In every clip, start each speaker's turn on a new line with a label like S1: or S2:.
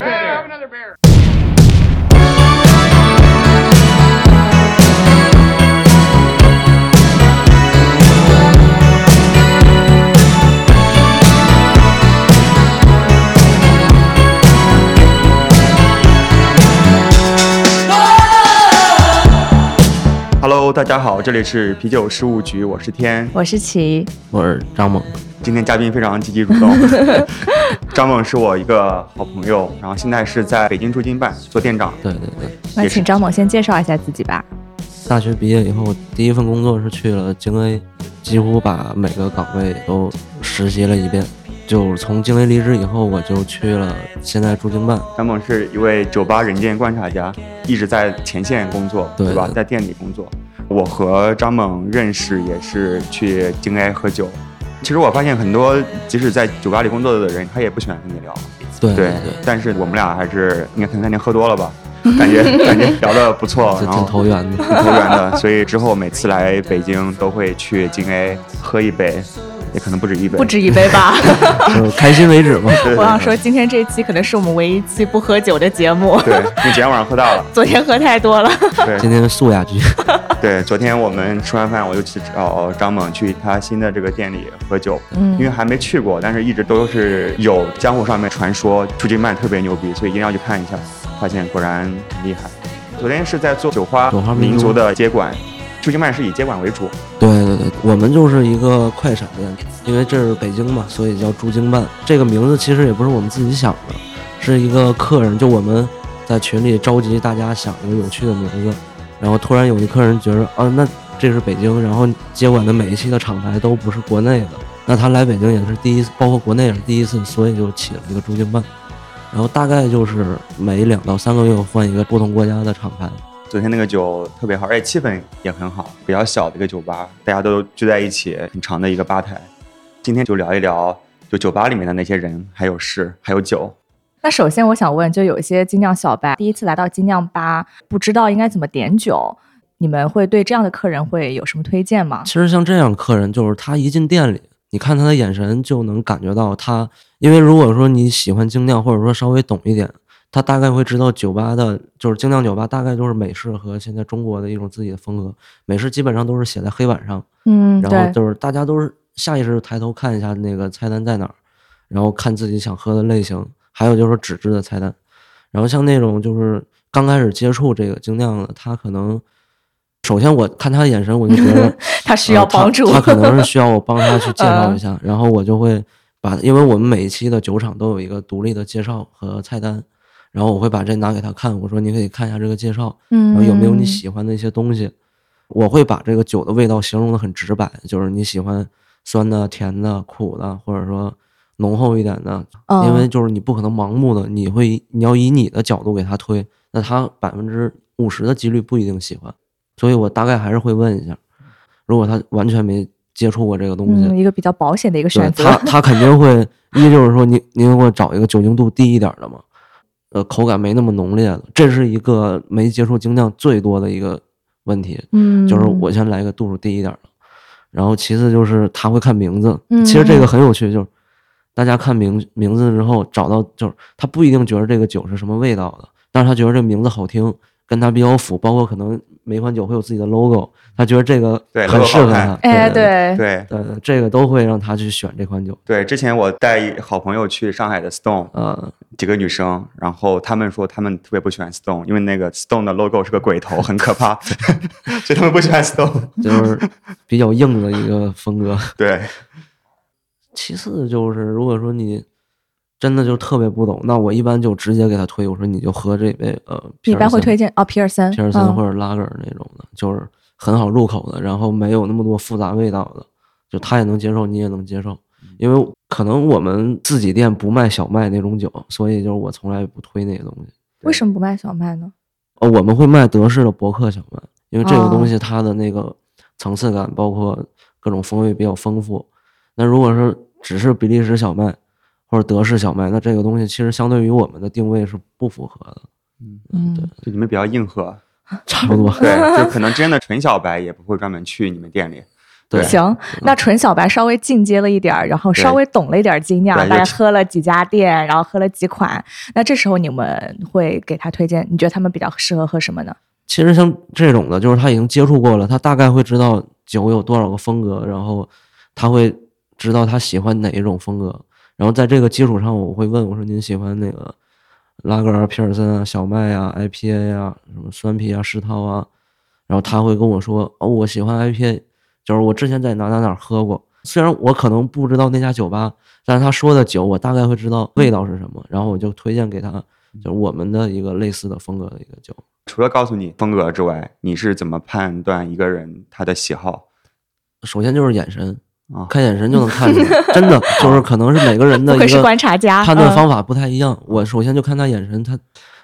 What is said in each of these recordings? S1: Brother Bear.
S2: Hello，大家好，这里是啤酒事务局，我是天。
S3: 我是琪，
S4: 我是张猛，
S2: 今天嘉宾非常积极主 动，张猛是我一个好朋友，然后现在是在北京驻京办做店长。
S4: 对对对，
S3: 那
S2: 也是
S3: 请张猛先介绍一下自己吧。
S4: 大学毕业以后，第一份工作是去了京 A，几乎把每个岗位都实习了一遍。就从京 A 离职以后，我就去了现在驻京办，
S2: 张猛是一位酒吧人间观察家，一直在前线工作，
S4: 对
S2: 吧？
S4: 的
S2: 在店里工作。我和张猛认识也是去京 A 喝酒。其实我发现很多即使在酒吧里工作的人，他也不喜欢跟你聊。
S4: 对对
S2: 对，但是我们俩还是应该可能那天喝多了吧， 感觉感觉聊得不错，
S4: 就
S2: 然
S4: 挺
S2: 后
S4: 投缘 的。
S2: 投缘的，所以之后每次来北京都会去京 A 喝一杯，也可能不止一杯，
S3: 不止一杯 吧？
S4: 就开心为止嘛。
S2: 对。
S3: 我想说，今天这一期可能是我们唯一一期不喝酒的节目。
S2: 对，因为昨天晚上喝大了。
S3: 昨天喝太多 了，
S4: 今
S2: 对
S4: 天素雅局，
S2: 对，昨天我们吃完饭，我就去找张猛去他新的这个店里喝酒，
S3: 嗯
S2: 因为还没去过，但是一直都是有江湖上面传说驻京办特别牛逼，所以一定要去看一下。发现果然很厉害。昨天是在做酒花
S4: 酒花民
S2: 民
S4: 族
S2: 族的接管，驻京办是以接管为主，
S4: 对对对，我们就是一个快闪店，因为这是北京嘛，所以叫驻京办。这个名字其实也不是我们自己想的，是一个客人，就我们在群里召集大家想一个有趣的名字，然后突然有一客人觉得啊，那这是北京，然后接管的每一期的厂牌都不是国内的，那他来北京也是第一次，包括国内也是第一次，所以就起了这个驻京办。然后大概就是每两到三个月换一个不同国家的厂牌，
S2: 昨天那个酒特别好，而且气氛也很好，比较小的一个酒吧，大家都聚在一起，很长的一个吧台。今天就聊一聊，就酒吧里面的那些人，还有事，还有酒。
S3: 那首先我想问，就有一些精酿小白第一次来到精酿吧，不知道应该怎么点酒，你们会对这样的客人会有什么推荐吗？
S4: 其实像这样客人，就是他一进店里，你看他的眼神就能感觉到他，因为如果说你喜欢精酿，或者说稍微懂一点，他大概会知道酒吧的，就是精酿酒吧大概就是美式和现在中国的一种自己的风格。美式基本上都是写在黑板上，
S3: 嗯，
S4: 然
S3: 对，
S4: 后就是大家都是下意识抬头看一下那个菜单在哪儿，然后看自己想喝的类型，还有就是纸质的菜单。然后像那种就是刚开始接触这个精酿的，他可能首先我看他的眼神，我就 觉得
S3: 他需要
S4: 呃他
S3: 帮助嗯
S4: 他可 能是需要我帮他去介绍一下，然后我就会把，因为我们每一期的酒厂都有一个独立的介绍和菜单，然后我会把这拿给他看，我说你可以看一下这个介绍，然
S3: 嗯
S4: 后有没有你喜欢的一些东西，我会把这个酒的味道形容的很直白，就是你喜欢酸的、甜的、苦的，或者说。浓厚一点的，
S3: 嗯
S4: 因为就是你不可能盲目的，你会你要以你的角度给他推，那他百分之五十的几率不一定喜欢，所以我大概还是会问一下，如果他完全没接触过这个东西，
S3: 嗯，一个比较保险的一个
S4: 对
S3: 选择
S4: 他。他肯定会，一就是说您您给我找一个酒精度低一点的嘛，呃，口感没那么浓烈的，这是一个没接触精酿最多的一个问题，
S3: 嗯，
S4: 就是我先来一个度数低一点的，然后其次就是他会看名字，
S3: 嗯
S4: 其实这个很有趣，就是大家看名名字之后找到，就是他不一定觉得这个酒是什么味道的，但是他觉得这名字好听，跟他比较符，包括可能每款酒会有自己的 logo，他觉得这个
S2: 对
S4: 很
S2: logo
S4: 适合
S2: 好
S4: 他
S2: 看，
S3: 哎，对，
S4: 对
S2: 对
S4: 对，对呃这个都会让他去选这款酒，
S2: 对，之前我带好朋友去上海的 Stone，
S4: 呃，
S2: 几个女生，然后她们说她们特别不喜欢 Stone，因为那个 Stone 的 logo 是个鬼头，很可怕， 所以她们不喜欢 Stone。
S4: 就是比较硬的一个风格。
S2: 对，
S4: 其次就是，如果说你真的就特别不懂，那我一般就直接给他推，我说你就喝这杯呃，
S3: 你一般会推
S4: 荐
S3: 荐哦，皮尔森，
S4: 皮尔森
S3: 嗯
S4: 或者拉格尔那种的，就是很好入口的，然后没有那么多复杂味道的，就他也能接受，你也能接受。因为可能我们自己店不卖小麦那种酒，所以就是我从来不推那些东西。
S3: 为什么不卖小麦呢？
S4: 呃，我们会卖德式的伯克小麦，因为这个
S3: 哦
S4: 东西它的那个层次感，包括各种风味比较丰富。那如果是只是比利时小麦或者德式小麦，那这个东西其实相对于我们的定位是不符合的，
S3: 嗯，
S2: 就你们比较硬核，
S4: 差不多。
S2: 对，就可能真的纯小白也不会专门去你们店里。对
S3: 行，
S4: 嗯
S3: 那纯小白稍微进阶了一点儿，然后稍微懂了一点儿精酿，
S2: 对
S3: 大概
S2: 就
S3: 喝了几家店，然后喝了几款。那这时候你们会给他推荐？你觉得他们比较适合喝什么呢？
S4: 其实像这种的，就是他已经接触过了，他大概会知道酒有多少个风格，然后他会知道他喜欢哪一种风格，然后在这个基础上，我会问我说您喜欢那个拉格尔、皮尔森啊、小麦啊、IPA 啊、什么酸啤啊、石涛啊，然后他会跟我说哦，我喜欢 IPA，就是我之前在哪哪哪喝过，虽然我可能不知道那家酒吧，但是他说的酒我大概会知道味道是什么，然后我就推荐给他就是我们的一个类似的风格的一个酒。
S2: 除了告诉你风格之外，你是怎么判断一个人他的喜好
S4: 首先就是眼神
S2: 啊
S4: 看眼神就能看出 来，真的就是可能是每个人的
S3: 不
S4: 一
S3: 愧是
S4: 个
S3: 观察家，
S4: 判断
S3: 嗯
S4: 方法不太一样。我首先就看他眼神，他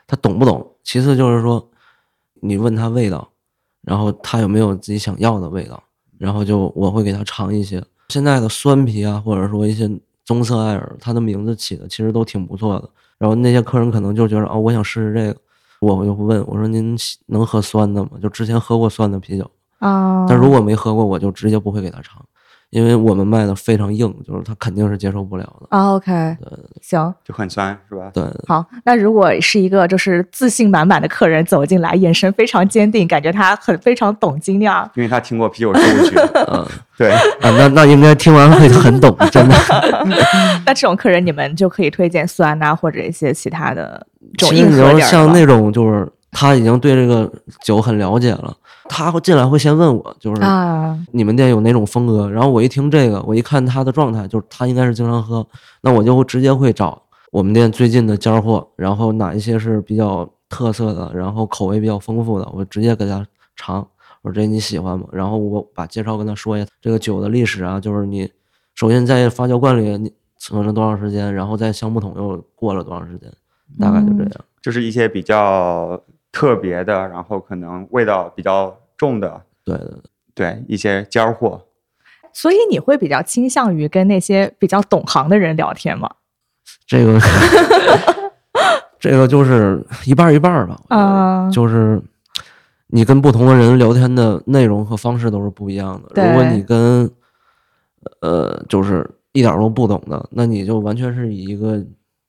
S4: 他懂不懂？其次就是说，你问他味道，然后他有没有自己想要的味道，然后就我会给他尝一些现在的酸啤啊，或者说一些棕色艾尔，它的名字起的其实都挺不错的。然后那些客人可能就觉得哦，我想试试这个，我就会问我说您喜能喝酸的吗？就之前喝过酸的啤酒。
S3: 啊。
S4: 但如果没喝过，我就直接不会给他尝，因为我们卖的非常硬，就是他肯定是接受不了的。
S3: 啊，OK，行，
S4: 呃
S2: 就很酸是吧？
S4: 对，
S3: 好，那如果是一个就是自信满满的客人走进来，眼神非常坚定，感觉他很非常懂精酿，
S2: 因为他听过啤酒事务局，
S4: 嗯、啊，
S2: 对，
S4: 那那应该听完会很懂，真的。嗯
S3: 那这种客人你们就可以推荐酸呐、或者一些其他的这 种
S4: 其实
S3: 硬
S4: 你
S3: 核
S4: 要
S3: 点
S4: 是
S3: 儿
S4: 像
S3: 的
S4: 那种就是他已经对这个酒很了解了，他会进来会先问我，就是
S3: 啊，
S4: 你们店有哪种风格？然后我一听这个，我一看他的状态，就是他应该是经常喝，那我就会直接会找我们店最近的尖儿货，然后哪一些是比较特色的，然后口味比较丰富的，我直接给他尝。我说这你喜欢吗？然后我把介绍跟他说一下这个酒的历史啊，就是你首先在发酵罐里你存了多长时间，然后在橡木桶又过了多长时间，大概就这样。
S2: 就是一些比较特别的，然后可能味道比较重的，
S4: 对对对，
S2: 对一些尖儿货，
S3: 所以你会比较倾向于跟那些比较懂行的人聊天吗？
S4: 这个 这个就是一半儿一半儿吧。我觉得
S3: 啊
S4: 呃就是你跟不同的人聊天的内容和方式都是不一样的。如果
S3: 对
S4: 你跟呃，就是一点儿都不懂的，那你就完全是以一个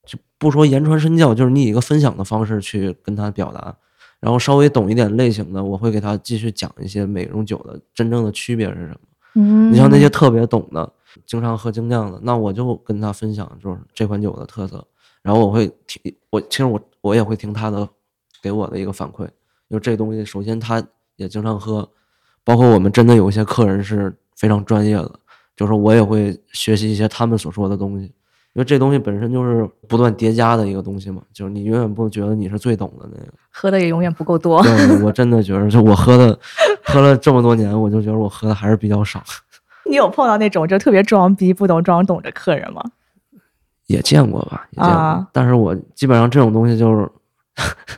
S4: 就不说言传身教，就是你以一个分享的方式去跟他表达。然后稍微懂一点类型的，我会给他继续讲一些每种酒的真正的区别是什么。
S3: 嗯
S4: 你像那些特别懂的，经常喝精酿的，那我就跟他分享就是这款酒的特色，然后我会听我其实我我也会听他的给我的一个反馈，就这东西首先他也经常喝，包括我们真的有一些客人是非常专业的，就是我也会学习一些他们所说的东西，因为这东西本身就是不断叠加的一个东西嘛，就是你永远不觉得你是最懂的那个。
S3: 喝的也永远不够多，
S4: 对，我真的觉得就我喝的喝了这么多年，我就觉得我喝的还是比较少。
S3: 你有碰到那种就特别装逼、不懂装懂的客人吗？
S4: 也见过吧，也见过。
S3: 啊
S4: 但是我基本上这种东西就是，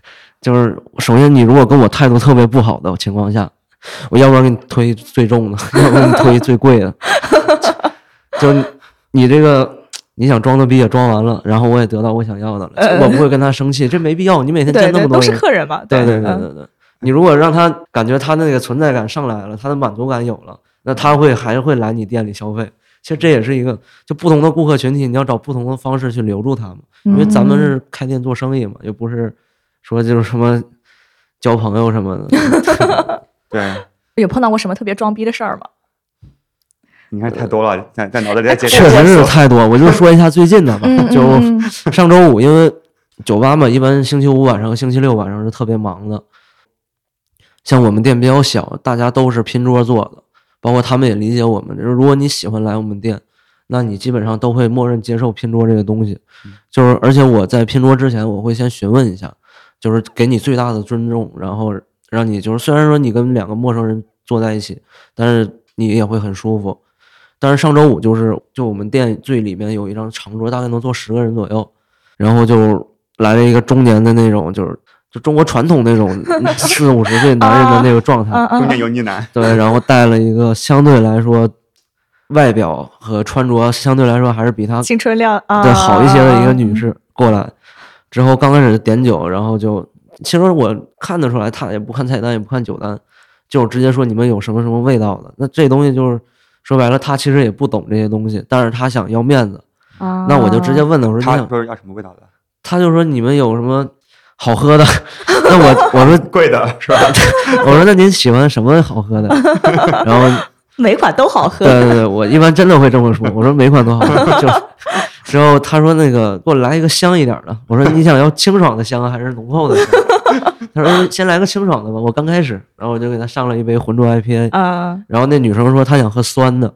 S4: 就是首先你如果跟我态度特别不好的情况下，我要不然给你推最重的，要不然给你推最贵的， 就就你这个。你想装的逼也装完了，然后我也得到我想要的了，
S3: 呃
S4: 我不会跟他生气，这没必要。你每天
S3: 对
S4: 见那
S3: 对，
S4: 么多
S3: 都是
S4: 人，
S3: 客人嘛，
S4: 对对
S3: 对
S4: 对
S3: 嗯
S4: 对对，你如果让他感觉他那个存在感上来了，他的满足感有了，那他会还会来你店里消费。其实这也是一个，就不同的顾客群体，你要找不同的方式去留住他们，因为咱们是开店做生意嘛，又不是说就是什么交朋友什么 的。
S2: 对，
S3: 有碰到过什么特别装逼的事儿吗？
S2: 你看太多了，在在脑袋里在解
S4: 哎确实是嗯太多，我就说一下最近的吧，啊
S3: 嗯
S4: 就上周五，因为酒吧嘛，一般星期五晚上和星期六晚上是特别忙的。像我们店比较小，大家都是拼桌坐的，包括他们也理解我们。就是如果你喜欢来我们店，那你基本上都会默认接受拼桌这个东西。就是而且我在拼桌之前，我会先询问一下，就是给你最大的尊重，然后让你就是虽然说你跟两个陌生人坐在一起，但是你也会很舒服。但是上周五就是就我们店最里面有一张长桌，大概能坐十个人左右，然后就来了一个中年的那种，就是就中国传统那种四五十岁男人的那个状态，
S3: 嗯
S2: 中
S3: 嗯
S2: 年油腻男，
S4: 对，然后带了一个相对来说外表和穿着相对来说还是比他
S3: 嗯，青春靓啊，
S4: 对好一些的一个女士过来，之后刚开始点酒，然后就其实我看得出来，她也不看菜单，也不看酒单，就直接说你们有什么什么味道的。那这东西就是说白了，他其实也不懂这些东西，但是他想要面子，
S3: 啊，
S4: 那我就直接问他，我说你
S2: 他
S4: 想，
S2: 说要什么味道的？
S4: 他就说你们有什么好喝的？ 那我我说
S2: 贵的是吧？
S4: 我说那您喜欢什么好喝的？ 然后
S3: 每款都好喝
S4: 对对对，我一般真的会这么说，我说每款都好喝。 就之后他说那个给我来一个香一点的，我说你想要清爽的香还是浓厚的香？ 他说先来个清爽的吧，我刚开始，然后我就给他上了一杯浑浊 IPA，
S3: 啊，
S4: 然后那女生说她想喝酸的，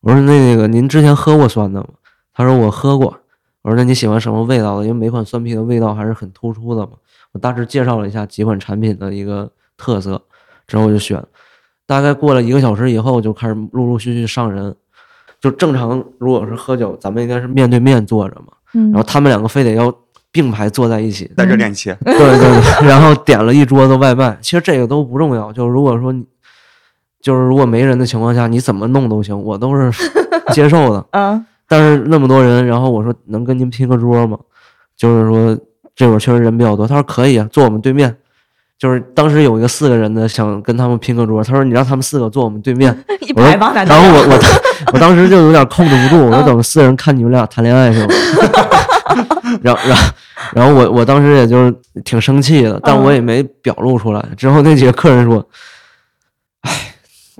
S4: 我说那个您之前喝过酸的吗？她说我喝过。我说那你喜欢什么味道的？因为每款酸啤的味道还是很突出的嘛。我大致介绍了一下几款产品的一个特色，之后我就选了。大概过了一个小时以后，就开始陆陆续续上人。就正常，如果是喝酒，咱们应该是面对面坐着嘛，
S3: 嗯
S4: 然后他们两个非得要并排坐在一起，
S2: 在热恋期，
S4: 对对对，然后点了一桌子外卖。其实这个都不重要，就是如果说你，就是如果没人的情况下，你怎么弄都行，我都是接受的。
S3: 啊，
S4: 但是那么多人，然后我说能跟您拼个桌吗？就是说这会儿确实人比较多。他说可以啊，坐我们对面。就是当时有一个四个人的，想跟他们拼个桌，他说你让他们四个坐我们对面。
S3: 一
S4: 我说
S3: 排吧，难道
S4: 然后我我我当时就有点控制不住，
S3: 嗯
S4: 我说怎么四人看你们俩谈恋爱是吗？ 然后然后然后我我当时也就是挺生气的，但
S3: 嗯
S4: 我也没表露出来。之后那几个客人说：“哎，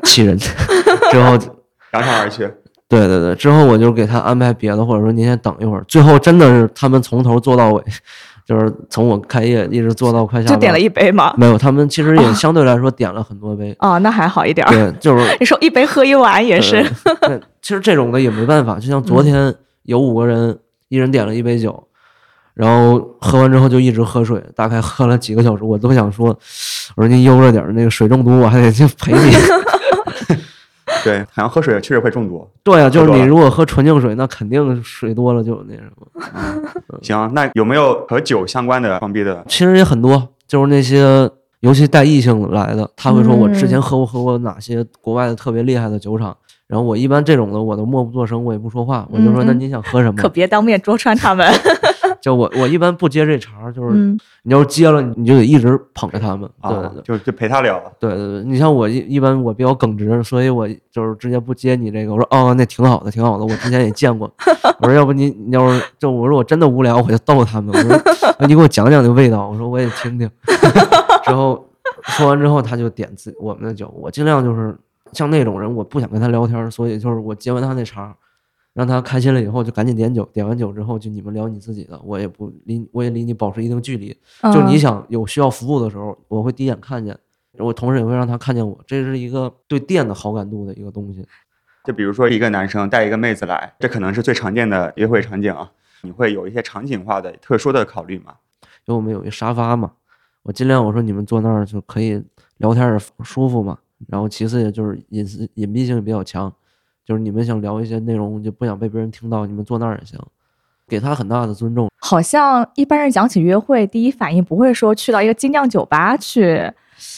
S4: 气人。”之后
S2: 扬长而去。
S4: 对对对，之后我就给他安排别的，或者说您先等一会儿。最后真的是他们从头做到尾，就是从我开业一直做到嗯快下
S3: 就
S4: 班。
S3: 点了一哦杯嘛？
S4: 没有，他们其实也相对来说点了很 多杯。
S3: 哦，那还好一点儿。
S4: 对，就 是
S3: 你说一杯喝一碗也是，嗯
S4: 呃。那其实这种的也没办法，就像昨天有五个人，一人点了一杯酒，然后喝完之后就一直喝水，大概喝了几个小时，我都想说，我说您悠着点儿，那个水中毒我还得去 赔你。
S2: 对，好像喝水确实会中毒。
S4: 对啊，就是
S2: 喝多
S4: 你
S2: 了
S4: 如果喝纯净水，那肯定水多了就那什么。嗯
S2: 行，那有没有和酒相关的装逼的？
S4: 其实也很多，就是那些尤其带异性来的，他会说我之
S3: 嗯
S4: 前喝过喝过哪些国外的特别厉害的酒厂，然后我一般这种的我都默不作声，我也不说话，我就说
S3: 嗯嗯
S4: 那您想喝什么
S3: 可？别当面戳穿他们。
S4: 就我我一般 不接这茬儿，就是
S3: 嗯
S4: 你要是接了，你就得一直捧着他们。对
S2: 啊
S4: 对，
S2: 就就陪他聊。
S4: 对对对，你像我一一般我比较耿直，所以我就是直接不接你这个。我说哦，那挺好的，挺好的，我之前也见过。我说要不您你要是就我说我真的无聊，我就逗他们。我说哎你给我讲讲这味道，我说我也听听。之后说完之后，他就点自我们的酒。我尽量就是像那种人，我不想跟他聊天，所以就是我接完他那茬儿。让他开心了以后，就赶紧点酒。点完酒之后，就你们聊你自己的，我也不离，我也离你保持一定距离。
S3: 嗯
S4: 就你想有需要服务的时候，我会第一眼看见，我同时也会让他看见我，这是一个对店的好感度的一个东西。
S2: 就比如说一个男生带一个妹子来，这可能是最常见的约会场景啊。你会有一些场景化的特殊的考虑吗？
S4: 因为我们有一沙发嘛，我尽量我说你们坐那儿就可以聊天儿舒服嘛，然后其次也就是隐私隐蔽性也比较强，就是你们想聊一些内容就不想被别人听到，你们坐那儿也行，给他很大的尊重。
S3: 好像一般人讲起约会，第一反应不会说去到一个精酿酒吧去。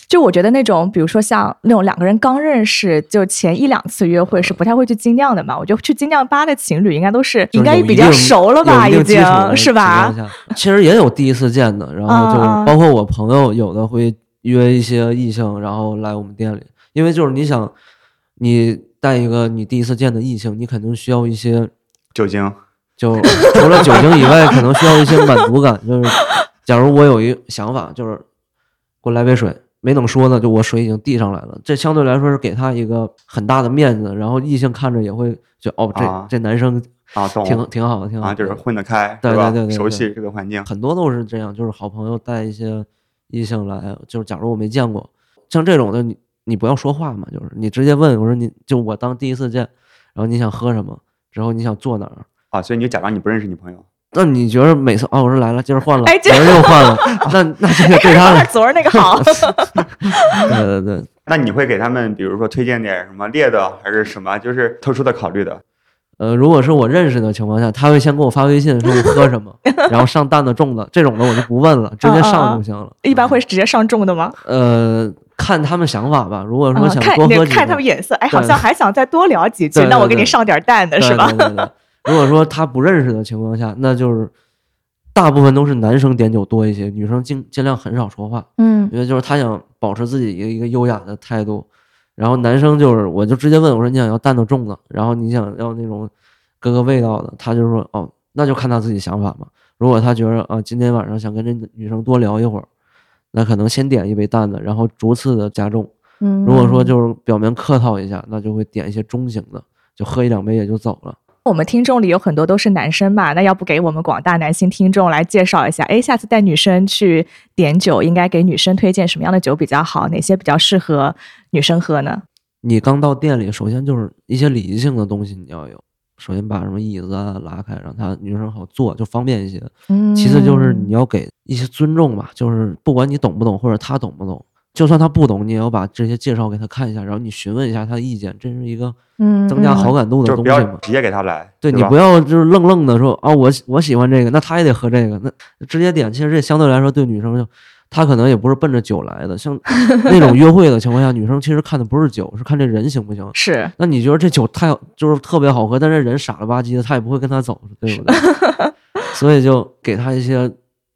S3: 就我觉得那种，比如说像那种两个人刚认识，就前一两次约会是不太会去精酿的嘛。我觉得去精酿吧的情侣应该都是
S4: 就
S3: 应
S4: 是
S3: 该
S4: 有一
S3: 比较
S4: 定
S3: 熟了吧，
S4: 有
S3: 已
S4: 一定基础
S3: 经
S4: 的
S3: 是吧
S4: 情？况下？嗯其实也有第一次见的，然后就是
S3: 啊啊
S4: 包括我朋友有的会约一些异性，然后来我们店里，因为就是你想，你带一个你第一次见的异性，你肯定需要一些
S2: 酒精，
S4: 就除了酒精以外，可能需要一些满足感。就是假如我有一想法，就是给我来杯水，没等说呢，就我水已经递上来了，这相对来说是给他一个很大的面子，然后异性看着也会就哦，这、
S2: 啊
S4: 这男生
S2: 啊懂
S4: 挺挺好的，挺好的
S2: 啊，就是混得开，
S4: 对
S2: 是吧？
S4: 对对对对
S2: 熟悉这个环境，
S4: 很多都是这样，就是好朋友带一些异性来，就是假如我没见过，像这种的你你不要说话嘛，就是你直接问我说你就我当第一次见，然后你想喝什么，之后你想坐哪儿，
S2: 啊，所以你就假装你不认识你朋友，
S4: 那你觉得每次啊、我说来了，今儿换了，
S3: 哎这
S4: 明儿又换了，那那这个 对他
S3: 还
S4: 来
S3: 是，昨儿那个 好。
S4: 对对对，
S2: 那你会给他们比如说推荐点什么烈的还是什么，就是特殊的考虑的
S4: 呃，如果是我认识的情况下，他会先给我发微信说我喝 什么，然后上淡的重的这种的我就不问了，直接上就行了。
S3: 嗯一般会直接上重的 吗？
S4: 呃，看他们想法吧。如果说
S3: 啊
S4: 想
S3: 看
S4: 多
S3: 你
S4: 喝几
S3: 看他
S4: 杯
S3: 们眼色，哎，
S4: 对
S3: 好像还想再多聊几句
S4: 对，对
S3: 那我给
S4: 对
S3: 你上点淡的
S4: 对
S3: 是吧？
S4: 对对 对。如果说他不认识的情况下，那就是大部分都是男生点酒多一些，女生尽尽量很少说话，
S3: 嗯
S4: 因为就是他想保持自己一个一个优雅的态度，然后男生就是，我就直接问我说你想要淡的重的，然后你想要那种各个味道的，他就说哦，那就看他自己想法嘛。如果他觉得啊，今天晚上想跟这女生多聊一会儿，那可能先点一杯淡的，然后逐次的加重。
S3: 嗯，
S4: 如果说就是表面客套一下，那就会点一些中型的，就喝一两杯也就走了。
S3: 我们听众里有很多都是男生嘛，那要不给我们广大男性听众来介绍一下？哎，下次带女生去点酒，应该给女生推荐什么样的酒比较好？哪些比较适合女生喝呢？
S4: 你刚到店里，首先就是一些礼仪性的东西你要有，首先把什么椅子啊拉开，让她女生好坐，就方便一些。
S3: 嗯
S4: 其次就是你要给一些尊重吧，就是不管你懂不懂或者他懂不懂，就算他不懂，你也要把这些介绍给他看一下，然后你询问一下他的意见，这是一个
S3: 嗯
S4: 增加好感度
S2: 就
S4: 的
S2: 是
S4: 东
S2: 不
S4: 西
S2: 要
S4: 嘛。
S2: 直接给他来，
S4: 对你
S2: 吧
S4: 不要就是愣愣的说啊，我喜我喜欢这个，那他也得喝这个，那直接点，其实这相对来说对女生就，她可能也不是奔着酒来的，像那种约会的情况下，女生其实看的不是酒，是看这人行不行。
S3: 是
S4: 那你觉得这酒太就是特别好喝，但是人傻了吧唧的，他也不会跟他走，对不对？ 所以就给他一些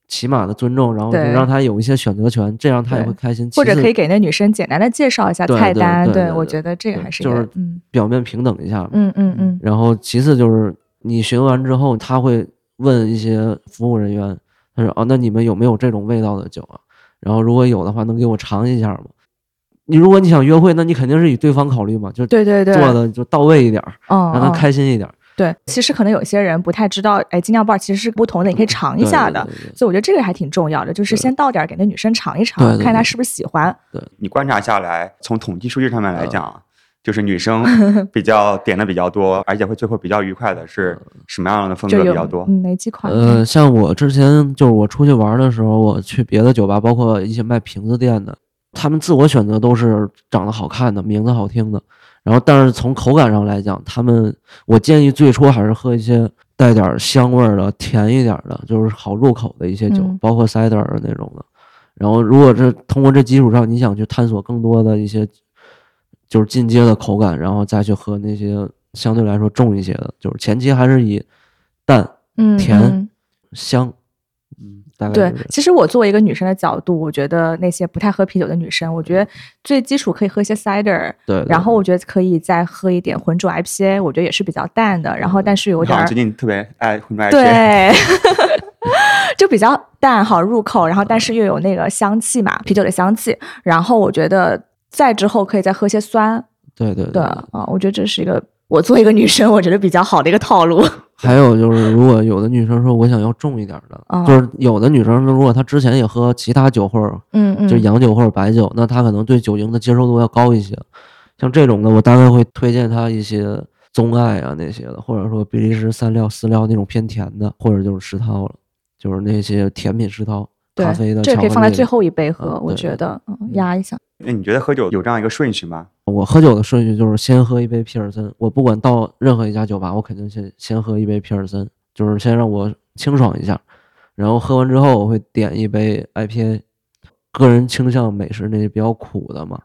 S4: 起码的尊重，然后就
S3: 对
S4: 让他有一些选择权，这样他也会开心。
S3: 或者
S4: 其次
S3: 可以给那女生简单的介绍一下
S4: 对
S3: 菜
S4: 对
S3: 单，
S4: 对对
S3: 我
S4: 对
S3: 觉得这个
S4: 对
S3: 还是一
S4: 就
S3: 个
S4: 是
S3: 嗯
S4: 表面平等一下嘛。
S3: 嗯嗯嗯
S4: 然后其次就是你询问完之后，他会问一些服务人员，他说：“哦，那你们有没有这种味道的酒啊？然后如果有的话，能给我尝一下吗？”你如果你想约会，那你肯定是以对方考虑嘛，就
S3: 对对对，
S4: 做的就到位一点儿，
S3: 嗯
S4: 让他
S3: 嗯
S4: 开心一点儿。
S3: 对，其实可能有些人不太知道，哎，精酿 bar 其实是不同的，你可以尝一
S4: 对
S3: 下
S4: 对
S3: 的。
S4: 对对
S3: 所以我觉得这个还挺重要的，就是
S4: 对
S3: 先倒点儿给那女生尝一尝，
S4: 对对
S3: 看她
S4: 对
S3: 是不是喜欢。
S2: 你观察下来，从统计数据上面
S4: 嗯
S2: 来讲，啊就是女 生比较点的比较多，而且会最后比较愉快的是
S4: 嗯
S2: 什么样的风
S3: 就
S2: 格
S3: 有
S2: 比较多？
S3: 嗯，哪几款？
S4: 呃，像我之前就是我出去玩的时候，我去别的酒吧，包括一些卖瓶子店的，他们自我选择都是长得好看的，名字好听的。然后，但是从口感上来讲，他们我建议最初还是喝一些带点儿香味儿的、甜一点儿的，就是好入口的一些酒，
S3: 嗯
S4: 包括 cider 的那种的。然后，如果是通过这基础上，你想去探索更多的一些就是进阶的口感，然后再去喝那些相对来说重一些的，就是前期还是以淡
S3: 嗯
S4: 甜
S3: 嗯
S4: 香，嗯，大概
S3: 对
S4: 就，是
S3: 其实我作为一个女生的角度，我觉得那些不太喝啤酒的女生，我觉得最基础可以喝一些 cider，
S4: 对对
S3: 然后我觉得可以再喝一点浑浊 IPA，我觉得也是比较淡的，然后
S4: 嗯
S3: 但是有
S2: 你
S3: 点
S2: 好
S3: 儿
S2: 像最近特别爱混爱吃，
S3: 对， 就比较淡好入口，然后
S4: 嗯
S3: 但是又有那个香气嘛，啤酒的香气。然后我觉得再之后可以再喝些酸
S4: 对对
S3: 对啊、我觉得这是一个我作为一个女生，我觉得比较好的一个套 路。
S4: 还有就是，如果有的女生说我想要重一点的，
S3: 啊
S4: 就是有的女生如果她之前也喝其他酒或者
S3: 嗯嗯，
S4: 就洋酒或者白酒，那她可能对酒精的接受度要高一些。像这种的，我大概会推荐她一些棕艾啊那些的，或者说比利时三料、四料那种偏甜的，或者就是石涛了，就是那些甜品石涛、
S3: 对
S4: 咖啡的、
S3: 这个可以
S4: 巧克
S3: 放在
S4: 力
S3: 最
S4: 的
S3: 后一杯喝，
S4: 嗯
S3: 我
S4: 对
S3: 觉
S4: 对
S3: 得嗯压一下。
S2: 那你觉得喝酒有这样一个顺序吗？
S4: 我喝酒的顺序就是先喝一杯皮尔森，我不管到任何一家酒吧，我肯定先先喝一杯皮尔森，就是先让我清爽一下。然后喝完之后，我会点一杯 IPA，个人倾向美式那些比较苦的嘛。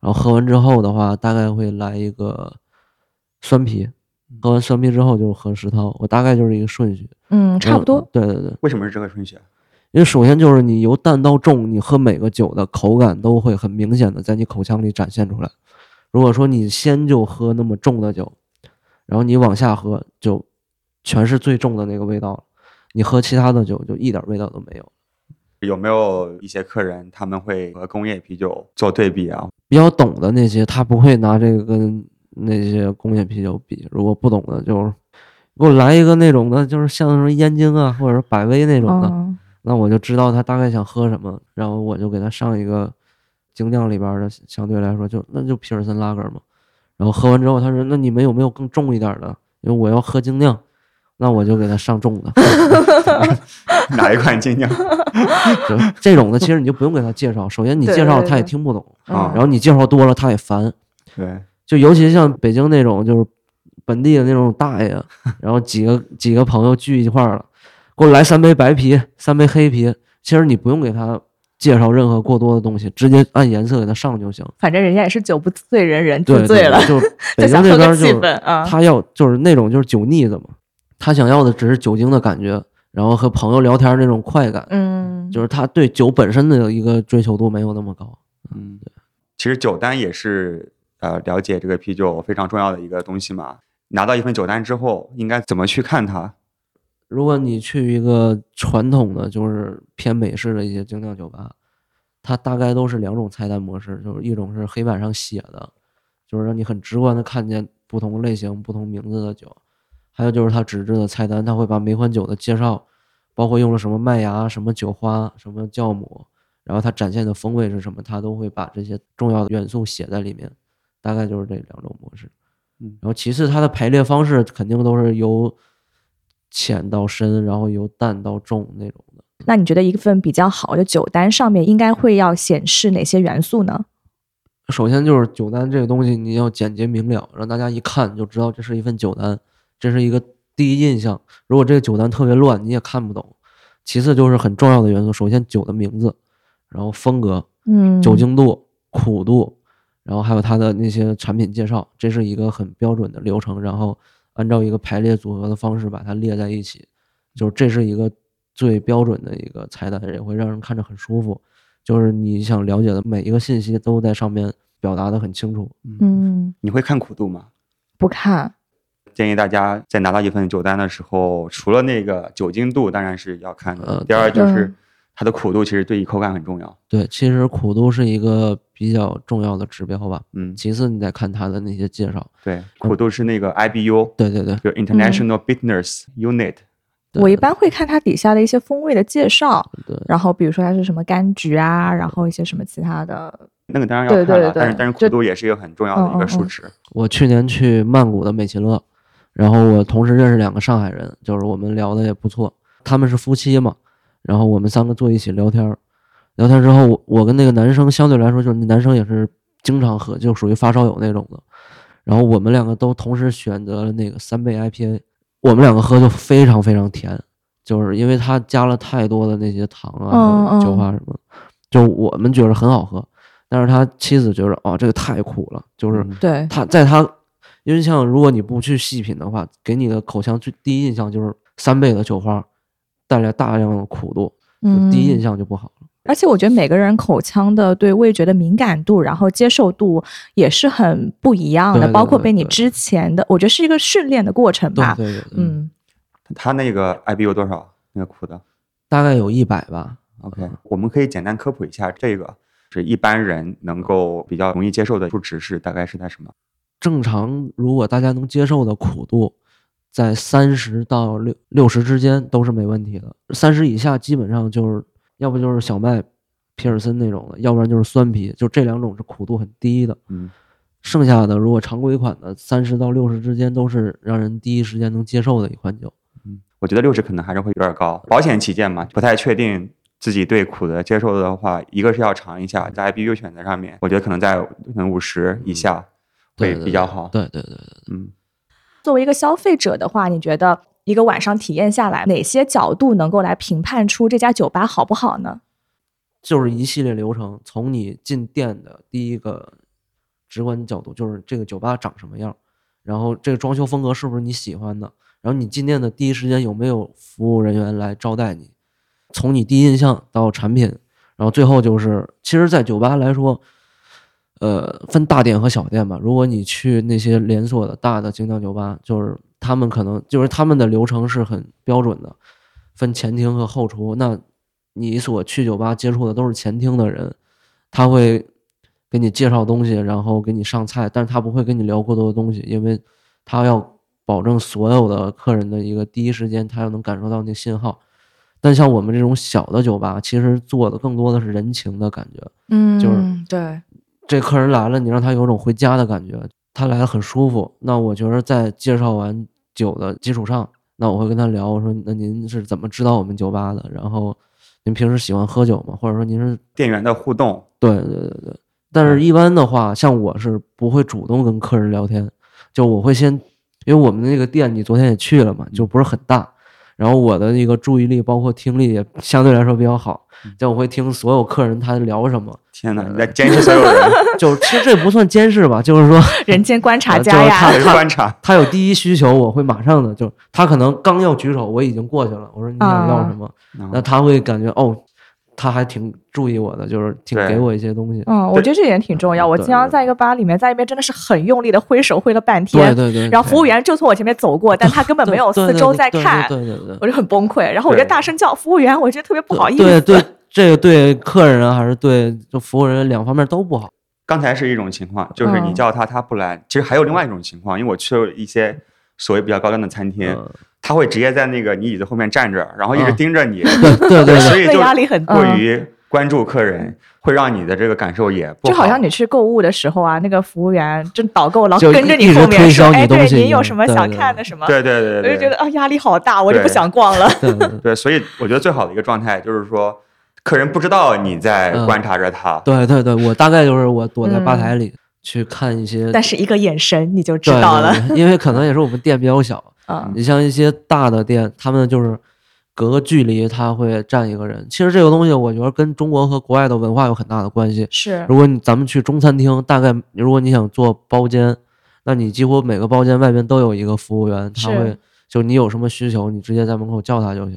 S4: 然后喝完之后的话，大概会来一个酸啤，喝完酸啤之后就喝石涛，我大概就是一个顺序，
S3: 嗯，差不多
S4: 嗯。。对对对，
S2: 为什么是这个顺序？啊
S4: 因为首先就是你由淡到重，你喝每个酒的口感都会很明显的在你口腔里展现出来。如果说你先就喝那么重的酒，然后你往下喝就全是最重的那个味道了，你喝其他的酒就一点味道都没有。
S2: 有没有一些客人他们会和工业啤酒做对比啊？
S4: 比较懂的那些，他不会拿这个跟那些工业啤酒比。如果不懂的，就是给我来一个那种的，就是像什么燕京啊，或者是百威那种的，
S3: 嗯，
S4: 那我就知道他大概想喝什么，然后我就给他上一个精酿里边儿的，相对来说就那就皮尔森拉格嘛。然后喝完之后，他说：“那你们有没有更重一点儿的？因为我要喝精酿。”那我就给他上重的，
S2: 哪一款精酿？
S4: 就这种的，其实你就不用给他介绍。首先你
S3: 对
S4: 介绍了
S3: 对
S4: 他也
S3: 对
S4: 听不懂，
S3: 嗯
S2: 啊
S4: 然后你介绍多了他也烦。
S2: 对，嗯
S4: 就尤其像北京那种，就是本地的那种 大爷，然后几个几个朋友聚一块儿了，给我来三杯白啤，三杯黑啤。其实你不用给他介绍任何过多的东西，直接按颜色给他上就行。
S3: 反正人家也是酒不醉人人
S4: 对
S3: 自，醉
S4: 对
S3: 了，
S4: 就
S3: 就
S4: 北京
S3: 想
S4: 那
S3: 喝
S4: 边儿
S3: 个
S4: 就
S3: 气
S4: 是
S3: 氛啊。
S4: 他要就是那种就是酒腻子嘛，他想要的只是酒精的感觉，然后和朋友聊天儿那种快感，
S3: 嗯，
S4: 就是他对酒本身的一个追求度没有那么高。
S2: 嗯，其实酒单也是呃了解这个啤酒非常重要的一个东西嘛。拿到一份酒单之后，应该怎么去看它？
S4: 如果你去一个传统的，就是偏美式的一些精酿酒吧，它大概都是两种菜单模式，就是一种是黑板上写的，就是让你很直观的看见不同类型、不同名字的酒；还有就是它纸质的菜单，它会把每款酒的介绍，包括用了什么麦芽、什么酒花、什么酵母，然后它展现的风味是什么，它都会把这些重要的元素写在里面。大概就是这两种模式。
S2: 嗯
S4: 然后其次它的排列方式肯定都是由浅到深，然后由淡到重那种的。
S3: 那你觉得一份比较好的酒单上面应该会要显示哪些元素呢？
S4: 首先就是酒单这个东西，你要简洁明了，让大家一看就知道这是一份酒单，这是一个第一印象。如果这个酒单特别乱，你也看不懂。其次就是很重要的元素，首先酒的名字，然后风格，
S3: 嗯，
S4: 酒精度、苦度，然后还有它的那些产品介绍，这是一个很标准的流程。然后按照一个排列组合的方式把它列在一起，就是这是一个最标准的一个菜单，也会让人看着很舒服。就是你想了解的每一个信息都在上面表达的很清楚。
S3: 嗯，
S2: 你会看苦度吗？
S3: 不看，
S2: 建议大家在拿到一份酒单的时候，除了那个酒精度当然是要看的，
S4: 呃
S2: 第二就是
S3: 嗯
S2: 它的苦度，其实对于口感很重要。
S4: 对，其实苦度是一个比较重要的指标吧。
S2: 嗯，
S4: 其次，你再看它的那些介绍。
S2: 对，苦度是那个 IBU，
S4: 对对对，
S2: 就 International Bitterness Unit，
S4: 对
S3: 我一般会看它底下的一些风味的介绍，
S4: 对
S3: 然后比如说它是什么柑橘啊，然后一些什么其他的，
S2: 那个当然
S3: 对
S2: 要看
S3: 对
S2: 了，
S3: 对
S2: 但是但是苦
S3: 就
S2: 度也是一个很重要的一
S3: 嗯
S2: 个
S3: 嗯
S2: 数
S3: 嗯
S2: 值。
S4: 我去年去曼谷的美其乐，然后我同时认识两个上海人，就是我们聊的也不错，他们是夫妻嘛，然后我们三个坐一起聊天儿，聊天之后，我我跟那个男生相对来说，就是那男生也是经常喝，就属于发烧友那种的，然后我们两个都同时选择了那个三倍 IPA，我们两个喝就非常非常甜，就是因为它加了太多的那些糖
S3: 嗯
S4: 啊、
S3: 嗯
S4: 酒花什么的，就我们觉得很好喝，但是他妻子觉得哦这个太苦了，就是。
S2: 嗯
S3: 对，
S4: 它在它，因为像如果你不去细品的话，给你的口腔最第一印象就是三倍的酒花带来大量的苦度，就
S3: 嗯，
S4: 第一印象就不好了。
S3: 而且我觉得每个人口腔的对味觉的敏感度，然后接受度也是很不一样的，
S4: 对对
S3: 包括被你
S4: 对对
S3: 之前的，我觉得是一个训练的过程吧。
S4: 对对对，嗯，
S3: 嗯，
S2: 它那个 IBU 多少？那个苦的
S4: 大概有一百吧。
S2: OK，我们可以简单科普一下这个。是一般人能够比较容易接受的数值是大概是在什么？
S4: 正常如果大家能接受的苦度，在三十到六六十之间都是没问题的，三十以下基本上就是要不就是小麦、皮尔森那种的，要不然就是酸啤，就这两种是苦度很低的。
S2: 嗯，
S4: 剩下的如果常规款的三十到六十之间都是让人第一时间能接受的一款酒。
S2: 我觉得六十可能还是会有点高。保险起见嘛，不太确定自己对苦的接受的话，一个是要尝一下，在 IBU 选择上面，我觉得可能在可能五十以下会
S4: 嗯对对
S2: 比较好。
S4: 对对对对，
S2: 嗯，
S3: 作为一个消费者的话，你觉得一个晚上体验下来，哪些角度能够来评判出这家酒吧好不好呢？
S4: 就是一系列流程，从你进店的第一个直观角度，就是这个酒吧长什么样，然后这个装修风格是不是你喜欢的，然后你进店的第一时间有没有服务人员来招待你，从你第一印象到产品，然后最后就是，其实，在酒吧来说。呃，分大店和小店吧。如果你去那些连锁的大的精酿酒吧，就是他们可能就是他们的流程是很标准的，分前厅和后厨。那你所去酒吧接触的都是前厅的人，他会给你介绍东西，然后给你上菜，但是他不会跟你聊过多的东西，因为他要保证所有的客人的一个第一时间，他要能感受到那信号。但像我们这种小的酒吧，其实做的更多的是人情的感觉，
S3: 嗯
S4: 就是
S3: 对，
S4: 这客人来了，你让他有种回家的感觉，他来的很舒服。那我觉得在介绍完酒的基础上，那我会跟他聊，我说那您是怎么知道我们酒吧的？然后您平时喜欢喝酒吗？或者说您是
S2: 店员的互动，
S4: 对对对对。但是，一般的话，像我是不会主动跟客人聊天，就我会先，因为我们那个店你昨天也去了嘛，就不是很大，然后我的那个注意力包括听力也相对来说比较好，就我会听所有客人他聊什么，
S2: 天哪，你在监视所有 人，
S4: 就其实这不算监视吧，就是说。
S3: 人间观察家
S4: 呃就是
S3: 呀
S4: 他，
S2: 我是观察。
S4: 他有第一需求，我会马上的就
S3: 啊
S4: 他可能刚要举手，我已经过去了，我说你想要什么，
S2: 嗯
S4: 那他会感觉哦，他还挺注意我的，就是挺
S2: 对
S4: 给我一些东西。
S3: 嗯，我觉得这点挺重要。我
S4: 对
S3: 经常在一个吧里面，在一边真的是很用力的挥手挥了半天，
S4: 对对对，
S3: 然后服务员就从我前面走过，但他根本没有
S4: 对
S3: 四
S4: 对
S3: 周
S4: 对
S3: 在
S4: 对
S3: 看，
S4: 对对对对
S3: 我就很崩溃。然后我就
S2: 对
S3: 大声叫服务员，我觉得特别不好意思。
S4: 对对，这个对客人啊还是对就服务人两方面都不好。
S2: 刚才是一种情况，就是你
S3: 嗯
S2: 叫他他不来。其实还有另外一种情况，因为我去了一些所谓比较高端的餐厅，
S4: 嗯
S2: 他会直接在那个你椅子后面站着，然后一直
S4: 嗯
S2: 盯着你，
S4: 对对对
S2: 所以
S3: 那
S2: 就
S3: 压力很大嗯
S2: 过于关注客人，会让你的这个感受也不
S3: 就好像你去购物的时候啊，那个服务员就导购老
S4: 就
S3: 跟着
S4: 一
S3: 你
S4: 直
S3: 后
S4: 推
S3: 面说
S4: 销：“你
S3: 哎，
S4: 东
S3: 对，
S4: 西
S3: 您有
S4: 嗯
S3: 什么
S4: 对
S3: 想
S4: 对
S3: 看
S4: 对
S3: 的什么？”
S2: 对对对
S3: 我就
S2: 对
S3: 觉
S2: 对
S3: 得啊，压力好大，我就不
S2: 对
S3: 想逛了。
S4: 对对对
S2: 对，所以我觉得最好的一个状态就是说，客人不知道你在
S4: 嗯
S2: 观察着他，
S4: 对对对，我大概就是我躲在吧台里去看一些，
S3: 嗯但是一个眼神你就知
S4: 对
S3: 道了，
S4: 对对因为可能也是我们店比较小，
S3: 嗯
S4: 你像一些大的店，他们就是隔个距离他会站一个人。其实这个东西我觉得跟中国和国外的文化有很大的关系。
S3: 是
S4: 如果你咱们去中餐厅，大概如果你想做包间，那你几乎每个包间外边都有一个服务员，他
S3: 是
S4: 会就你有什么需求，你直接在门口叫他就行。